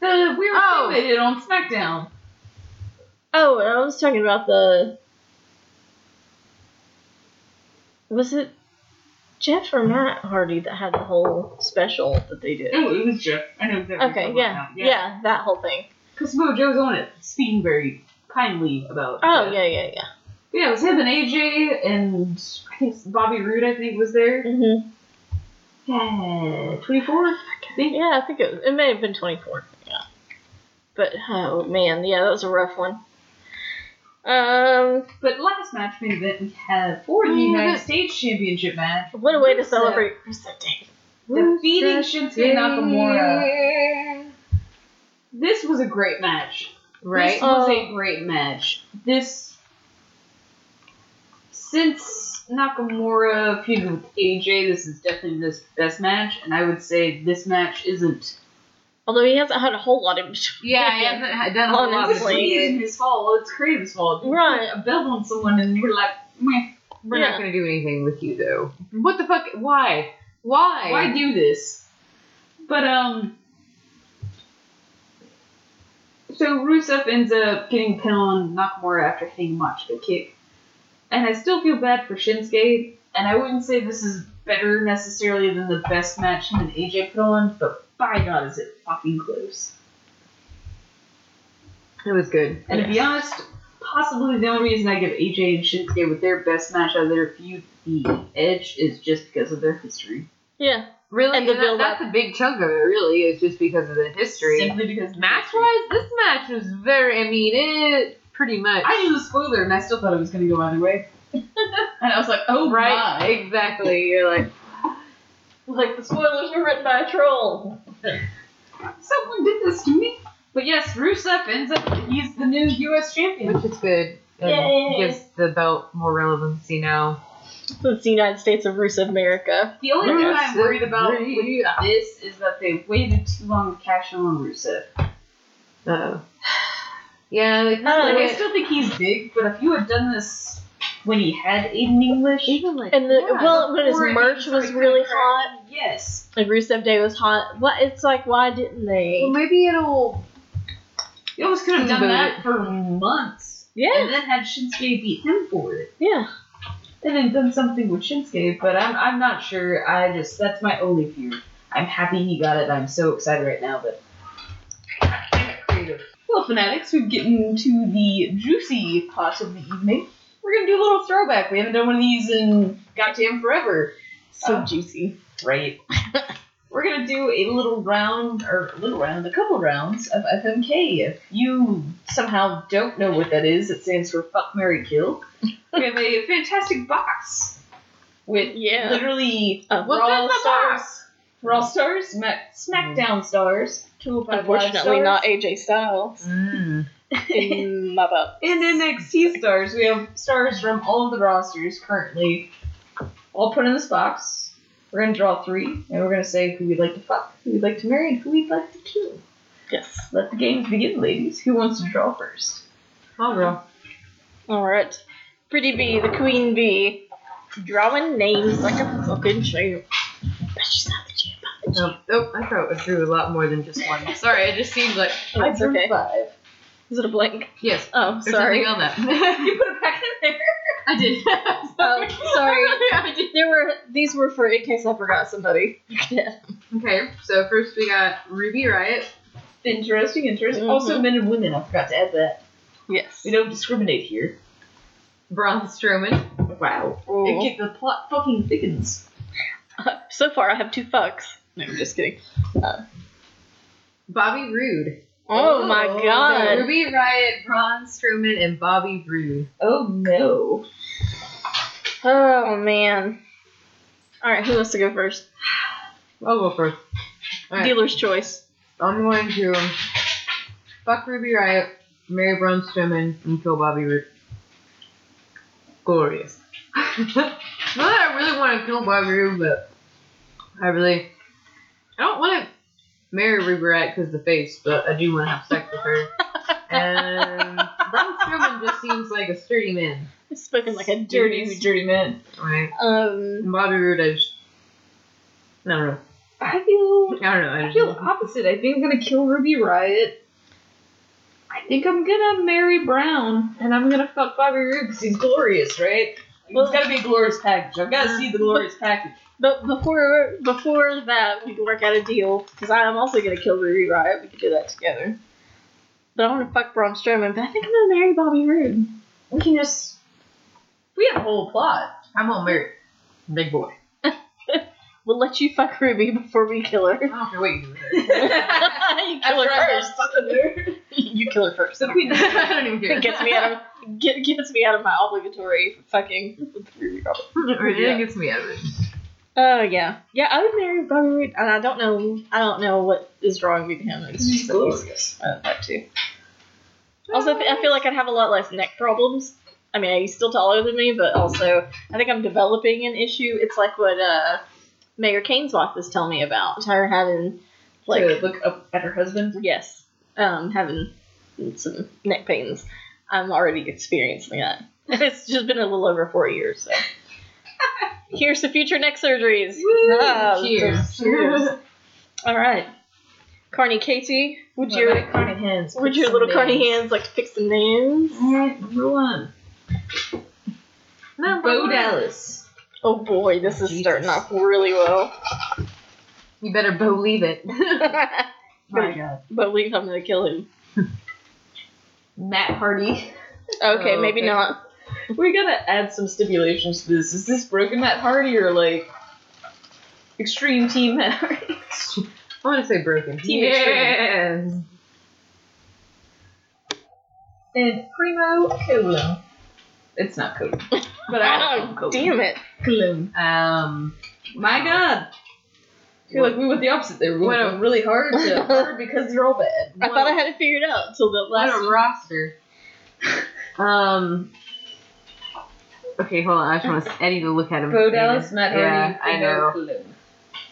Speaker 1: The weird
Speaker 2: Oh.
Speaker 1: thing they did on SmackDown.
Speaker 3: Oh, and I was talking about the. Was it Jeff or Matt Hardy that had the whole special that they did?
Speaker 1: Oh, it was Jeff. I know exactly. what
Speaker 3: Okay,
Speaker 1: you're
Speaker 3: yeah,
Speaker 1: talking about
Speaker 3: yeah, that whole thing.
Speaker 1: Because Mojo's on it, speaking very kindly about.
Speaker 3: Oh
Speaker 1: Jeff.
Speaker 3: yeah, yeah, yeah.
Speaker 1: Yeah, it was him and AJ and I think Bobby Roode. I think was there.
Speaker 3: Mm-hmm.
Speaker 1: Yeah, twenty four.
Speaker 3: Yeah, I think it, was, it may have been twenty four. Yeah, but oh man, yeah, that was a rough one. Um.
Speaker 1: But last match main event we have for the
Speaker 2: Mm,
Speaker 1: United
Speaker 2: but-
Speaker 1: States Championship match.
Speaker 3: What a way to
Speaker 2: Rusev.
Speaker 3: celebrate Rusev Day.
Speaker 1: Defeating Shinsuke Nakamura.
Speaker 2: Nakamura.
Speaker 1: This was a great match.
Speaker 2: Right.
Speaker 1: This was
Speaker 3: Oh.
Speaker 1: a great match. This since Nakamura feuded with AJ, this is definitely this best match, and I would say this match isn't.
Speaker 3: Although he hasn't had a whole lot in between.
Speaker 2: Yeah, he hasn't ha- done a whole lot
Speaker 1: This
Speaker 3: Honestly.
Speaker 2: between
Speaker 1: isn't
Speaker 2: it.
Speaker 1: his fault. Well, it's Creative fault. You put
Speaker 3: Right.
Speaker 1: A belt on someone, and you're like, Meh,
Speaker 2: We're
Speaker 3: Yeah.
Speaker 2: not gonna do anything with you though. What the fuck? Why? Why?
Speaker 1: why do this? But um. So Rusev ends up getting pinned on Nakamura after hitting a Macho kick. And I still feel bad for Shinsuke, and I wouldn't say this is better necessarily than the best match him and AJ put on, but by God is it fucking close.
Speaker 2: It was good.
Speaker 1: And to be honest, possibly the only reason I give AJ and Shinsuke with their best match out of their feud the edge is just because of their history.
Speaker 3: Yeah.
Speaker 2: Really,
Speaker 3: And the
Speaker 2: and that,
Speaker 3: build
Speaker 2: that's a big chunk of it. Really, is just because of the history.
Speaker 1: Simply because
Speaker 2: Match wise, this match was very. I mean, it pretty much.
Speaker 1: I knew the spoiler and I still thought it was going to go either way. *laughs* and I was like, oh,
Speaker 2: right.
Speaker 1: right.
Speaker 2: Exactly. You're like,
Speaker 3: Like the spoilers were written by a troll.
Speaker 1: Someone did this to me. But yes, Rusev ends up, he's the new U.S. champion.
Speaker 2: which is good. And
Speaker 3: Yay.
Speaker 2: Gives the belt more relevancy now.
Speaker 3: It's the United States of Rusev America.
Speaker 1: The only thing I'm
Speaker 2: Rusev
Speaker 1: worried about
Speaker 2: Reed.
Speaker 1: with this is that they waited too long to cash in on Rusev.
Speaker 2: Uh, yeah. Like,
Speaker 3: I don't
Speaker 1: Like,
Speaker 3: know.
Speaker 1: I still think he's big, but if you had done this when he had Aiden English,
Speaker 2: even like
Speaker 3: And the
Speaker 2: yeah.
Speaker 3: well, when his
Speaker 1: Or it
Speaker 3: merch
Speaker 1: needs to
Speaker 3: was
Speaker 1: be
Speaker 3: really
Speaker 1: cracked.
Speaker 3: hot,
Speaker 1: Yes.
Speaker 3: like Rusev Day was hot. What? It's like why
Speaker 2: Well,
Speaker 3: didn't they?
Speaker 2: maybe it'll.
Speaker 1: You almost could have done
Speaker 2: But-
Speaker 1: that for months.
Speaker 3: Yeah.
Speaker 1: And then had Shinsuke beat him for it.
Speaker 3: Yeah.
Speaker 1: And then done something with Shinsuke, but I'm, I'm not sure. I just, that's my only fear. I'm happy he got it. I'm so excited right now, but. Well, fanatics, we've gotten to the juicy part of the evening. We're gonna do a little throwback. We haven't done one of these in goddamn forever.
Speaker 3: So
Speaker 1: juicy. Right. *laughs* we're gonna do a little round or a little round, a couple rounds of FMK. If you somehow don't know what that is, it stands for Fuck Mary Kill. we have a fantastic box with
Speaker 3: Yeah.
Speaker 1: literally
Speaker 3: Uh,
Speaker 1: Raw
Speaker 2: in the
Speaker 1: stars,
Speaker 2: box?
Speaker 1: Raw stars, Smack- SmackDown stars, two of five live
Speaker 3: Unfortunately, not
Speaker 1: stars,
Speaker 3: AJ Styles Mm. *laughs* in my book.
Speaker 1: and NXT stars. We have stars from all of the rosters currently, all put in this box. We're gonna draw three, and we're gonna say who we'd like to fuck, who we'd like to marry, and who we'd like to kill.
Speaker 3: Yes.
Speaker 1: Let the games begin, ladies. Who wants to draw first? *laughs*
Speaker 2: I'll roll.
Speaker 3: All right. Pretty bee, the queen bee, drawing names like a fucking champ. But she's not the champ.
Speaker 2: Oh, oh, I thought I drew a lot more than just
Speaker 3: *laughs*
Speaker 2: one. Sorry, it just seemed like
Speaker 3: Oh, it's okay.
Speaker 1: Five.
Speaker 3: Is it a blank?
Speaker 2: yes.
Speaker 3: Oh,
Speaker 2: There's
Speaker 3: sorry.
Speaker 2: something on that. *laughs*
Speaker 1: You put it back in there.
Speaker 2: I did. *laughs*
Speaker 3: Oh, sorry.
Speaker 2: I did.
Speaker 3: *laughs* There were these were for in case I forgot somebody. *laughs* Yeah.
Speaker 2: Okay, so first we got Ruby Riot.
Speaker 1: Interesting, interesting.
Speaker 3: Mhm.
Speaker 1: Also, men and women. I forgot to add that.
Speaker 3: Yes.
Speaker 1: We don't discriminate here.
Speaker 2: Braun Strowman.
Speaker 1: Wow.
Speaker 3: Oh.
Speaker 1: It get the plot fucking thickens.
Speaker 3: *laughs* so far, I have two fucks. No, I'm just kidding.
Speaker 2: Bobby Roode.
Speaker 3: Oh, my
Speaker 1: Oh,
Speaker 3: god.
Speaker 2: Ruby Riot, Braun Strowman, and Bobby Roode.
Speaker 1: Oh no.
Speaker 3: Oh man. All right, who wants to go first?
Speaker 2: I'll go first. All right.
Speaker 3: Dealer's choice.
Speaker 2: I'm going to fuck Ruby Riot, marry Braun Strowman, and kill Bobby Roode. Glorious. *laughs* Not that I really want to kill Bobby Roode, but I really I don't want to marry Ruby Riot because the face, but I do want to have sex with her. and Braun Strowman just seems like a sturdy man,
Speaker 3: It's spoken like a dirty.
Speaker 1: Dirty, dirty men.
Speaker 2: right?
Speaker 3: Um.
Speaker 2: And Bobby Roode, I just I don't know.
Speaker 1: I feel.
Speaker 2: I don't know. I
Speaker 1: I
Speaker 2: just,
Speaker 1: feel
Speaker 3: Mm-hmm.
Speaker 1: opposite. I think I'm gonna kill Ruby Riot. I think I'm gonna marry Brown, and I'm gonna fuck Bobby Roode because he's glorious, right?
Speaker 3: Well-
Speaker 1: it's gotta be a glorious package. I've gotta
Speaker 3: Mm-hmm.
Speaker 1: see the glorious package.
Speaker 3: But before before that, we can work out a deal because I am also gonna kill Ruby Riot. We can do that together. But I want to fuck Braun Strowman. But I think I'm gonna marry Bobby Roode.
Speaker 1: We can just. We have a whole plot.
Speaker 3: *laughs*
Speaker 2: I'm gonna marry big boy.
Speaker 3: We'll let you fuck Ruby before we kill her. *laughs*
Speaker 2: I don't care what *laughs* you do with her.
Speaker 3: you kill her first. *laughs* You kill her first.
Speaker 1: The queen.
Speaker 2: I don't even care.
Speaker 3: It gets me out of get, gets me out of my obligatory fucking with Ruby Riot.
Speaker 2: Or *laughs* it
Speaker 3: Yeah.
Speaker 2: gets me out of it.
Speaker 3: Oh yeah, yeah. I would marry Bobby Roode, and I don't know. I don't know what is wrong with him. It's just that he's- I don't like to. Also, I fe- I feel like I'd have a lot less neck problems. I mean, he's still taller than me, but also I think I'm developing an issue. It's like what uh, Mayor Kane's wife was telling me about her having like
Speaker 1: to look up at her husband.
Speaker 3: yes, um, having some neck pains. I'm already experiencing that. *laughs* It's just been a little over four years.
Speaker 2: *laughs*
Speaker 3: So. Here's to future neck surgeries. Ah,
Speaker 2: Cheers.
Speaker 3: cheers. *laughs* All right, Carney Katie, would your
Speaker 1: carny hands?
Speaker 3: would your little carny hands like to pick some names?
Speaker 1: Alright, number one. Bo Dallas.
Speaker 3: Oh boy, this is
Speaker 2: Jesus.
Speaker 3: starting off
Speaker 2: *laughs*
Speaker 3: really well.
Speaker 2: You better believe *laughs* it.
Speaker 3: but
Speaker 1: My God.
Speaker 3: leave, I'm gonna kill him.
Speaker 1: Matt Hardy. *laughs*
Speaker 3: Okay,
Speaker 2: Oh,
Speaker 3: maybe
Speaker 2: okay.
Speaker 3: not.
Speaker 1: We gotta add some stipulations to this. Is this broken Matt Hardy or like extreme team Matt
Speaker 3: *laughs*
Speaker 1: Hardy?
Speaker 2: I want to say broken.
Speaker 1: Team
Speaker 2: yes.
Speaker 1: And Primo Colon. It's not Colon. But
Speaker 3: *laughs*
Speaker 1: I
Speaker 3: Oh, damn it.
Speaker 1: Colon.
Speaker 2: Um.
Speaker 1: My God. I feel like we went the opposite there. We went really hard *laughs* to hard because they're all bad.
Speaker 3: I thought I had it figured out until the
Speaker 2: What
Speaker 3: last
Speaker 2: a roster. Um. Okay, hold on. I just *laughs* want to. I need to look at him.
Speaker 1: Bo Dallas, Matt Hardy,
Speaker 2: Yeah, I
Speaker 1: Primo
Speaker 2: know.
Speaker 1: Cologne.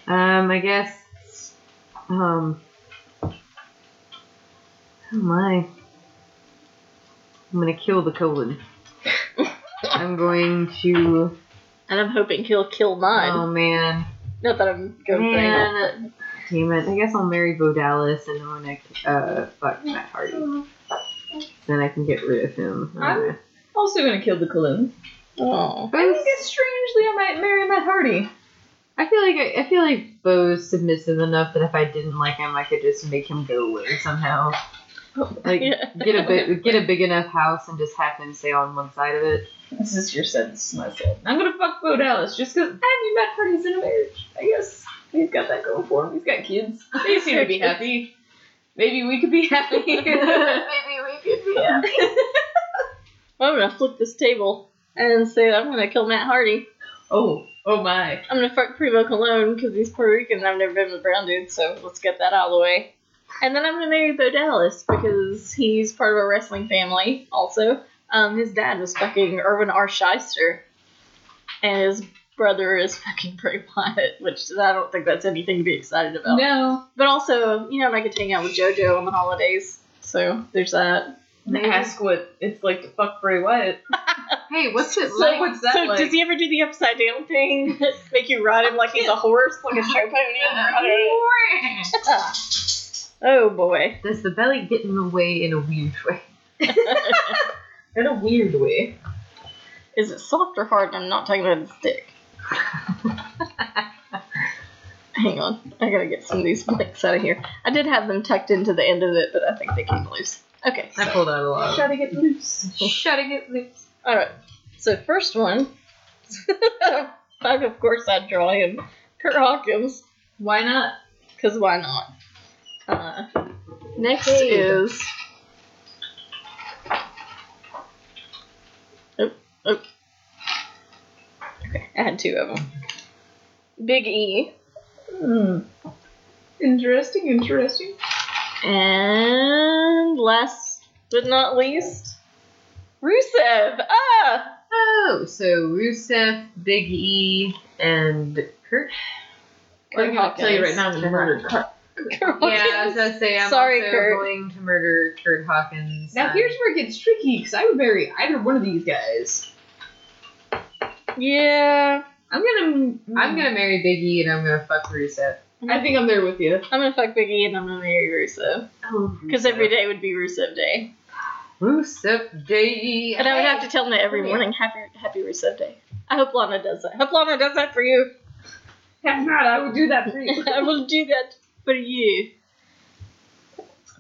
Speaker 2: Um. I guess. Um. Oh my. I'm gonna kill the colon.
Speaker 1: *laughs*
Speaker 2: I'm going to.
Speaker 3: And I'm hoping he'll kill mine.
Speaker 2: Oh man.
Speaker 3: Not that I'm going for it.
Speaker 2: Man, damn it. I guess I'll marry Bo Dallas and I'm gonna uh, fuck Matt Hardy. Then I can get rid of him. I don't know.
Speaker 1: Also gonna kill the Cologne.
Speaker 3: Oh.
Speaker 1: I think
Speaker 2: Bo's,
Speaker 1: it's strangely I might marry Matt Hardy.
Speaker 2: I feel like I, I feel like Bo's submissive enough that if I didn't like him, I could just make him go away somehow.
Speaker 3: Oh. *laughs*
Speaker 2: Like
Speaker 3: Yeah.
Speaker 2: get a big get a big enough house and just have him stay on one side of it.
Speaker 1: This is your sentence, my son. I'm gonna fuck Bo Dallas just because I mean Matt Hardy's in a marriage. I guess He's got that going for him. He's got kids. They seem *laughs* to be happy. Maybe we could be happy. *laughs*
Speaker 2: Maybe we could be happy.
Speaker 3: I'm gonna flip this table and say I'm gonna kill Matt Hardy.
Speaker 1: oh, oh my.
Speaker 3: I'm gonna fuck Primo Cologne because he's Puerto Rican and I've never been with a brown dude, so let's get that out of the way. And then I'm gonna marry Bo Dallas because he's part of a wrestling family. Also, um, his dad was fucking Irwin R. Shyster, and his brother is fucking Bray Wyatt, which I don't think that's anything to be excited about.
Speaker 1: No.
Speaker 3: But also, you know, I could hang out with JoJo on the holidays, so there's that.
Speaker 1: Ask what it's like to fuck Bray Wyatt.
Speaker 2: Hey, what's it
Speaker 1: So
Speaker 2: like?
Speaker 1: what's that
Speaker 3: so
Speaker 1: like?
Speaker 3: does he ever do the upside down thing? *laughs* Make you ride him like he's a horse, like *laughs* a show pony? I don't know. *laughs* Oh *laughs* boy.
Speaker 2: Does the belly get in the way in a weird way?
Speaker 1: In a weird way.
Speaker 3: Is it soft or hard? I'm not talking about the *laughs* stick. Hang on. I gotta get some of these blanks out of here. I did have them tucked into the end of it, but I think they came loose. Okay.
Speaker 2: I pulled out a lot.
Speaker 1: Try to get loose.
Speaker 2: Shutting it loose.
Speaker 3: Alright. So first one *laughs* I'm of course I'd draw him. Kurt Hawkins.
Speaker 1: Why not?
Speaker 3: Because why not? Uh, next
Speaker 1: Hey.
Speaker 3: is. Oh, oh. Okay, I had two of them. Big E
Speaker 1: Hmm.
Speaker 5: Interesting, interesting.
Speaker 3: and last but not least, Rusev. Ah,
Speaker 2: Oh, so Rusev, Big E, and Kurt.
Speaker 3: Kurt
Speaker 2: I'm gonna tell you right now, I'm gonna murder Kurt. Yeah, I was gonna say I'm
Speaker 3: Sorry,
Speaker 2: also
Speaker 3: Kurt.
Speaker 2: going to murder Kurt Hawkins.
Speaker 1: Now
Speaker 2: Um,
Speaker 1: here's where it gets tricky because I would marry either one of these guys.
Speaker 3: *laughs* yeah.
Speaker 1: I'm gonna.
Speaker 2: I'm gonna marry Big E and I'm gonna fuck Rusev.
Speaker 1: I think I'm there with you. *laughs*
Speaker 3: I'm gonna fuck Big E and I'm gonna marry Rusev because every day would be Rusev Day.
Speaker 2: Rusev E. Day.
Speaker 3: And I would have to tell them every
Speaker 2: Yeah.
Speaker 3: morning, happy, happy Rusev Day. I hope Lana does that. hope Lana does that for you. *laughs*
Speaker 1: If not, I would do that for
Speaker 2: *laughs*
Speaker 1: you.
Speaker 3: I will do that for you.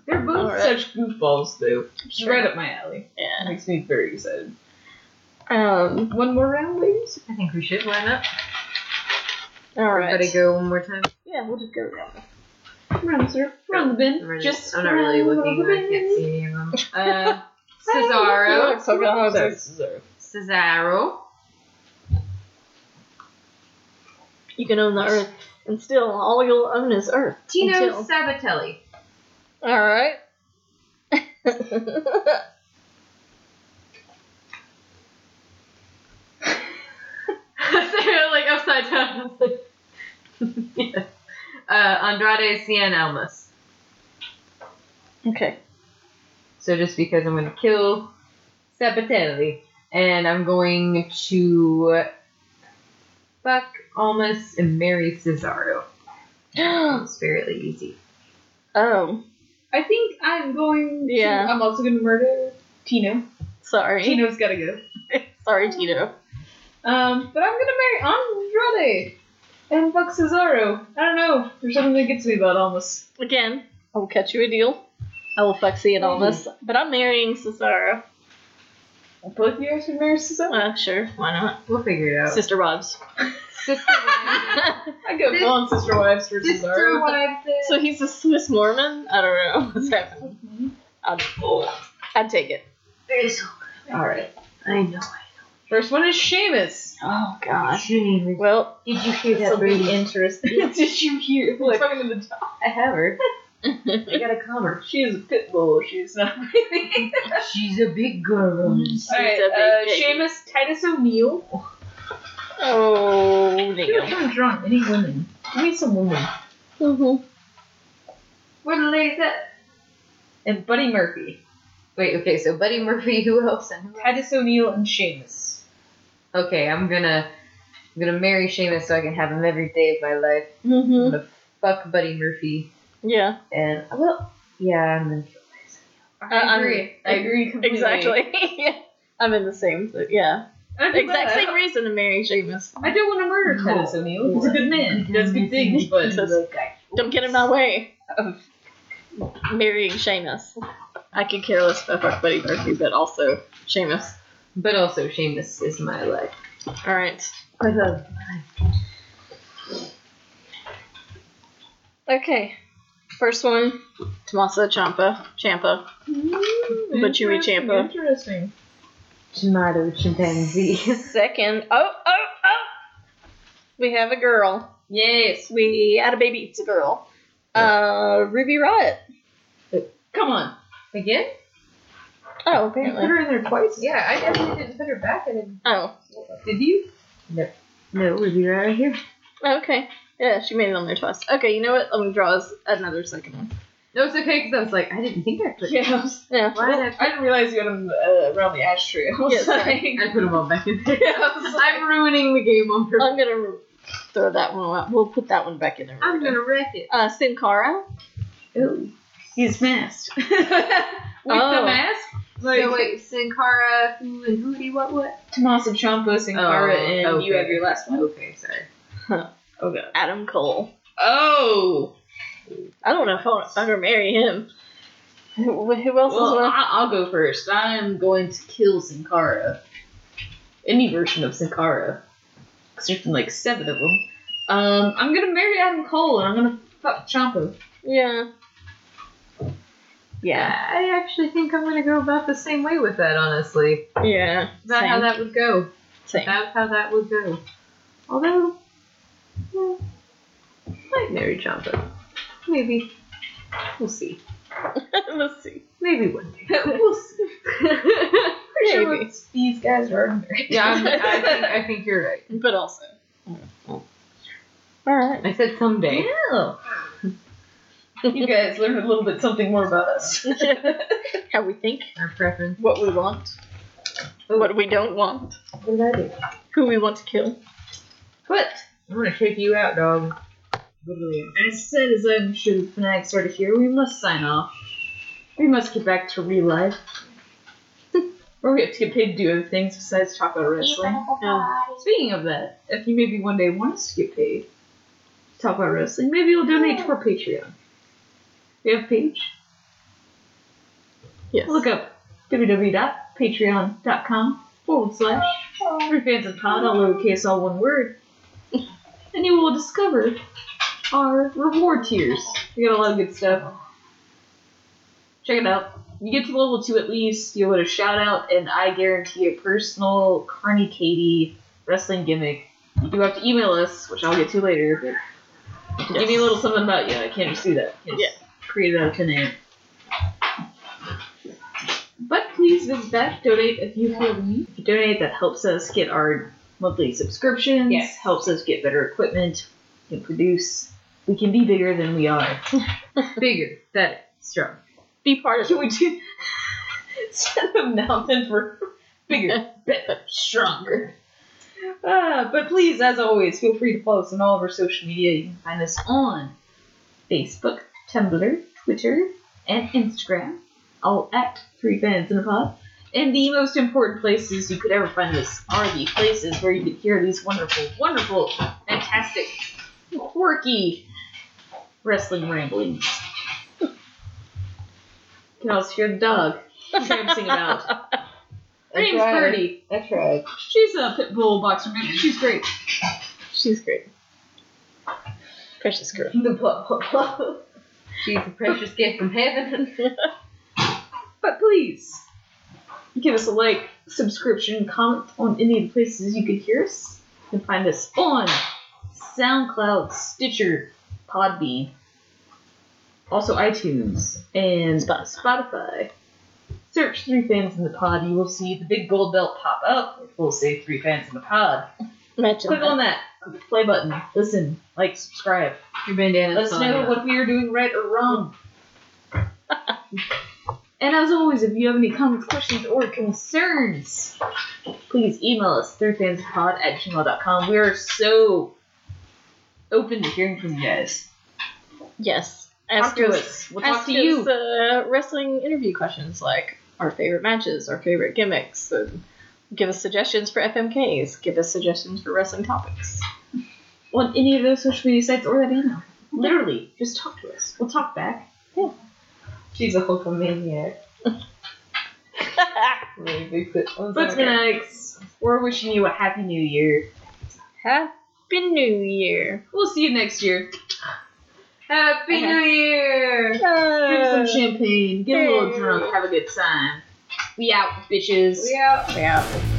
Speaker 1: They're both
Speaker 3: Alright.
Speaker 1: such goofballs, though.
Speaker 3: Sure.
Speaker 1: Right up my alley.
Speaker 3: Yeah.
Speaker 1: Makes me very excited.
Speaker 3: Um.
Speaker 1: One more round, ladies.
Speaker 2: I think we should line up.
Speaker 3: All right.
Speaker 2: Everybody go one more time.
Speaker 3: Yeah, we'll just go around.
Speaker 1: Round, sir. Round the bin.
Speaker 2: I'm
Speaker 1: Just
Speaker 2: I'm not really
Speaker 1: round
Speaker 2: looking.
Speaker 1: the bin.
Speaker 2: I can't see any of them. Uh,
Speaker 3: Oh,
Speaker 1: *laughs*
Speaker 2: Cesaro.
Speaker 3: it's Pocahontas.
Speaker 1: Cesaro.
Speaker 2: Cesaro.
Speaker 3: You can own the earth, and still all you'll own is earth.
Speaker 2: Tino *laughs*
Speaker 3: Until-
Speaker 2: Sabatelli.
Speaker 3: All right.
Speaker 2: They're like upside down. *laughs* I was like- yeah. Uh, Andrade Cien Almas.
Speaker 3: *laughs* okay. *gasps*
Speaker 2: So just because I'm gonna kill Sabatelli, and I'm going to fuck Almas and marry Cesaro. It's fairly easy.
Speaker 3: oh,
Speaker 1: I think I'm going. to-
Speaker 3: Yeah.
Speaker 1: I'm also gonna murder Tino.
Speaker 3: sorry.
Speaker 1: Tino's gotta go.
Speaker 3: *laughs* Sorry, Tito.
Speaker 1: Um, but I'm gonna marry Andrade and fuck Cesaro. I don't know. There's something that gets me about Almas.
Speaker 3: Again, I will cut you a deal. I will fuck and all this, but I'm marrying Cesaro.
Speaker 1: Both of you guys would marry Cesaro.
Speaker 3: Uh, sure, why not?
Speaker 2: We'll figure it out.
Speaker 3: Sister Rob's.
Speaker 2: Oh. Sister wives.
Speaker 1: I go
Speaker 2: Sis-
Speaker 1: on sister wives for
Speaker 2: Sister
Speaker 1: Cesaro.
Speaker 2: wives.
Speaker 3: *laughs* So he's a Swiss Mormon? I don't know *laughs* what's happening. I'd, I'd take it.
Speaker 1: All right.
Speaker 2: I know.
Speaker 1: First one is Sheamus.
Speaker 3: Oh, gosh.
Speaker 2: Did
Speaker 3: Well,
Speaker 2: you hear
Speaker 1: This
Speaker 2: that,
Speaker 1: will be
Speaker 2: Brady?
Speaker 1: interesting. *laughs* Did you hear? Look, coming to the top.
Speaker 2: I have her. I got a commer.
Speaker 1: She is a pit bull. She's not.
Speaker 2: *laughs*
Speaker 1: *laughs*
Speaker 2: She's a big girl.
Speaker 3: she's
Speaker 1: All right.
Speaker 3: a
Speaker 1: Uh,
Speaker 3: big baby.
Speaker 1: Sheamus, Titus O'Neil.
Speaker 3: Oh,
Speaker 1: You don't
Speaker 3: damn.
Speaker 1: have drawn any women. Give me some women.
Speaker 3: Mhm.
Speaker 2: Where the ladies at?
Speaker 1: And Buddy Murphy,
Speaker 2: Wait, okay, so Buddy Murphy, *laughs* who else? And who else?
Speaker 1: Titus O'Neil, and Sheamus.
Speaker 2: Okay, I'm gonna I'm gonna marry Seamus so I can have him every day of my life. Mm-hmm.
Speaker 3: Mhm.
Speaker 2: Fuck Buddy Murphy.
Speaker 3: Yeah.
Speaker 2: And well yeah, I'm in
Speaker 3: I- I'm-
Speaker 1: Uh, I agree completely.
Speaker 3: Exacly. *laughs* Yeah. I'm in the same. Yeah.
Speaker 1: I think that-
Speaker 3: Exact same reason to marry Seamus.
Speaker 1: I don't want to murder
Speaker 2: No.
Speaker 1: Titus O'Neil. He's a good man. He does good things, but
Speaker 3: Don't get in my way of marrying Seamus. I could care less if I fuck Buddy Murphy, but also Seamus.
Speaker 2: But also Seamus is my life.
Speaker 3: All right.
Speaker 2: I love
Speaker 3: Okay. First one, Tomasa Champa. Champa. But you eat
Speaker 2: Interesting,
Speaker 3: Champa.
Speaker 1: *laughs*
Speaker 2: Interesting.
Speaker 1: Tomato chimpanzee.
Speaker 2: *laughs*
Speaker 3: Second, oh, oh, oh! We have a girl.
Speaker 1: yes.
Speaker 3: We had a baby eats a girl. Uh, Ruby Riot.
Speaker 1: Come on.
Speaker 2: Again?
Speaker 3: Oh,
Speaker 1: You put
Speaker 3: apparently.
Speaker 1: her in there twice.
Speaker 2: Yeah, I definitely didn't put her back. I didn't.
Speaker 3: Oh,
Speaker 1: Did you? No. No, we'd be right here.
Speaker 3: Oh, okay. Yeah, she made it on there twice. Okay, you know what? Let me draw us another second one.
Speaker 2: No, it's okay because I was like, I didn't think I put.
Speaker 3: Yeah. Yeah.
Speaker 2: Why did I
Speaker 1: I didn't realize you had them uh, around the ashtray. I was
Speaker 3: Yes,
Speaker 1: like, *laughs*
Speaker 2: I put them all back in there. *laughs* I'm ruining the game on purpose.
Speaker 3: I'm gonna throw that one out. We'll put that one back in there.
Speaker 2: I'm gonna wreck it.
Speaker 3: Uh, Sin Cara.
Speaker 2: Oh.
Speaker 1: Ooh, he's masked. *laughs* With the
Speaker 3: Oh.
Speaker 1: mask?
Speaker 2: so wait, Sankara, who and Hootie, what, what?
Speaker 1: Tommaso Ciampa, Sinclair,
Speaker 2: Oh,
Speaker 1: and you
Speaker 2: okay.
Speaker 1: have your last one.
Speaker 2: Okay, sorry.
Speaker 1: Oh, God.
Speaker 3: Adam Cole.
Speaker 1: Oh!
Speaker 3: I don't know if I'll ever marry him. Who, who else is
Speaker 1: Well,
Speaker 3: one?
Speaker 1: I- I'll go first. I'm going to kill Sinkara. Any version of Sinkara. Because there's been like seven of them. Um, I'm going to marry Adam Cole and I'm going to fuck Ciampa.
Speaker 3: Yeah. Yeah.
Speaker 2: I actually think I'm gonna go about the same way with that, honestly.
Speaker 3: Yeah. *laughs*
Speaker 2: Is that how that would go?
Speaker 3: Same.
Speaker 2: That's how that would go. Although, yeah, might marry Champa. Maybe. We'll see.
Speaker 3: Let's see.
Speaker 2: Maybe one day. we'll see.
Speaker 3: Maybe.
Speaker 1: These guys are married.
Speaker 2: yeah, I'm, I, think, I think you're right.
Speaker 3: But also. Alright.
Speaker 2: I said someday.
Speaker 1: *laughs* you guys learned a little bit something more about *laughs* us.
Speaker 3: how we think,
Speaker 2: Our preference.
Speaker 3: what we want, what we don't want,
Speaker 2: What did I do?
Speaker 3: who we want to kill.
Speaker 1: But
Speaker 2: I'm gonna kick you out, dog.
Speaker 1: as sad as I'm sure the fanatics are to hear, we must sign off. We must get back to real life. *laughs* or we have to get paid to do other things besides talk about wrestling. Speaking of that, if you maybe one day want us to get paid to talk about wrestling, maybe you'll donate to our Patreon. We have a page.
Speaker 3: Yes.
Speaker 1: Look up www.patreon.com forward slash Three Fans of Pod, all lowercase, all one word. and you will discover our reward tiers. We got a lot of good stuff. Check it out. You get to level two at least, you'll get a shout out, and I guarantee a personal Carney Katie wrestling gimmick. You have to email us, which I'll get to later, but give me a little something about you. I can't just do that. I can't just Create it out of thin air. But please visit that, donate if you feel the need. If you donate, that helps us get our monthly subscriptions,
Speaker 2: Yes.
Speaker 1: helps us get better equipment, and produce. We can be bigger than we are.
Speaker 2: Bigger. That strong.
Speaker 3: Be part of
Speaker 1: Can
Speaker 3: it.
Speaker 1: we do set them now then for bigger, better, stronger? Uh, but please, as always, feel free to follow us on all of our social media. You can find us on Facebook, Tumblr, Twitter, and Instagram, all at Three Fans in a Pod. And the most important places you could ever find us are the places where you can hear these wonderful, wonderful, fantastic, quirky wrestling ramblings. You can also hear the dog tramping about. Her name's
Speaker 2: right.
Speaker 1: Birdie.
Speaker 2: That's right.
Speaker 1: She's a pit bull boxer mix. She's great.
Speaker 3: She's great. Precious girl.
Speaker 2: She's a precious gift from heaven. *laughs*
Speaker 1: But please, give us a like, subscription, comment on any of the places you could hear us. You can find us on SoundCloud, Stitcher, Podbean, also iTunes, and Spotify. Search Three Fans in the Pod. You will see the big gold belt pop up. It will say Three Fans in the Pod.
Speaker 3: Imagine
Speaker 1: Click
Speaker 3: that.
Speaker 1: on that. Click the play button. Listen, like, subscribe.
Speaker 2: Your bandana's
Speaker 1: Let us
Speaker 2: falling
Speaker 1: know
Speaker 2: out.
Speaker 1: what we are doing right or wrong. and as always, if you have any comments, questions, or concerns, please email us thirdfanspod at gmail.com. We are so open to hearing from you guys.
Speaker 3: Yes.
Speaker 1: Talk
Speaker 3: Ask
Speaker 1: to
Speaker 3: us.
Speaker 1: us. We'll talk
Speaker 3: ask
Speaker 1: to
Speaker 3: us
Speaker 1: you.
Speaker 3: uh, wrestling interview questions like our favorite matches, our favorite gimmicks, and give us suggestions for FMKs, give us suggestions for
Speaker 1: *laughs*
Speaker 3: wrestling topics.
Speaker 1: on any of those social media sites or that email. Literally, just talk to us. We'll talk back.
Speaker 3: Yeah.
Speaker 1: She's a hulkamaniac. But
Speaker 2: But
Speaker 1: fanatics, we're wishing you a happy new year.
Speaker 3: Happy New Year!
Speaker 1: We'll see you next year.
Speaker 2: Happy,
Speaker 6: Happy
Speaker 1: Okay.
Speaker 6: New Year!
Speaker 1: Drink some
Speaker 3: Uh,
Speaker 1: champagne, get a little
Speaker 3: Hey.
Speaker 1: drunk, have a good time. We out, bitches.
Speaker 6: We out.
Speaker 3: yeah.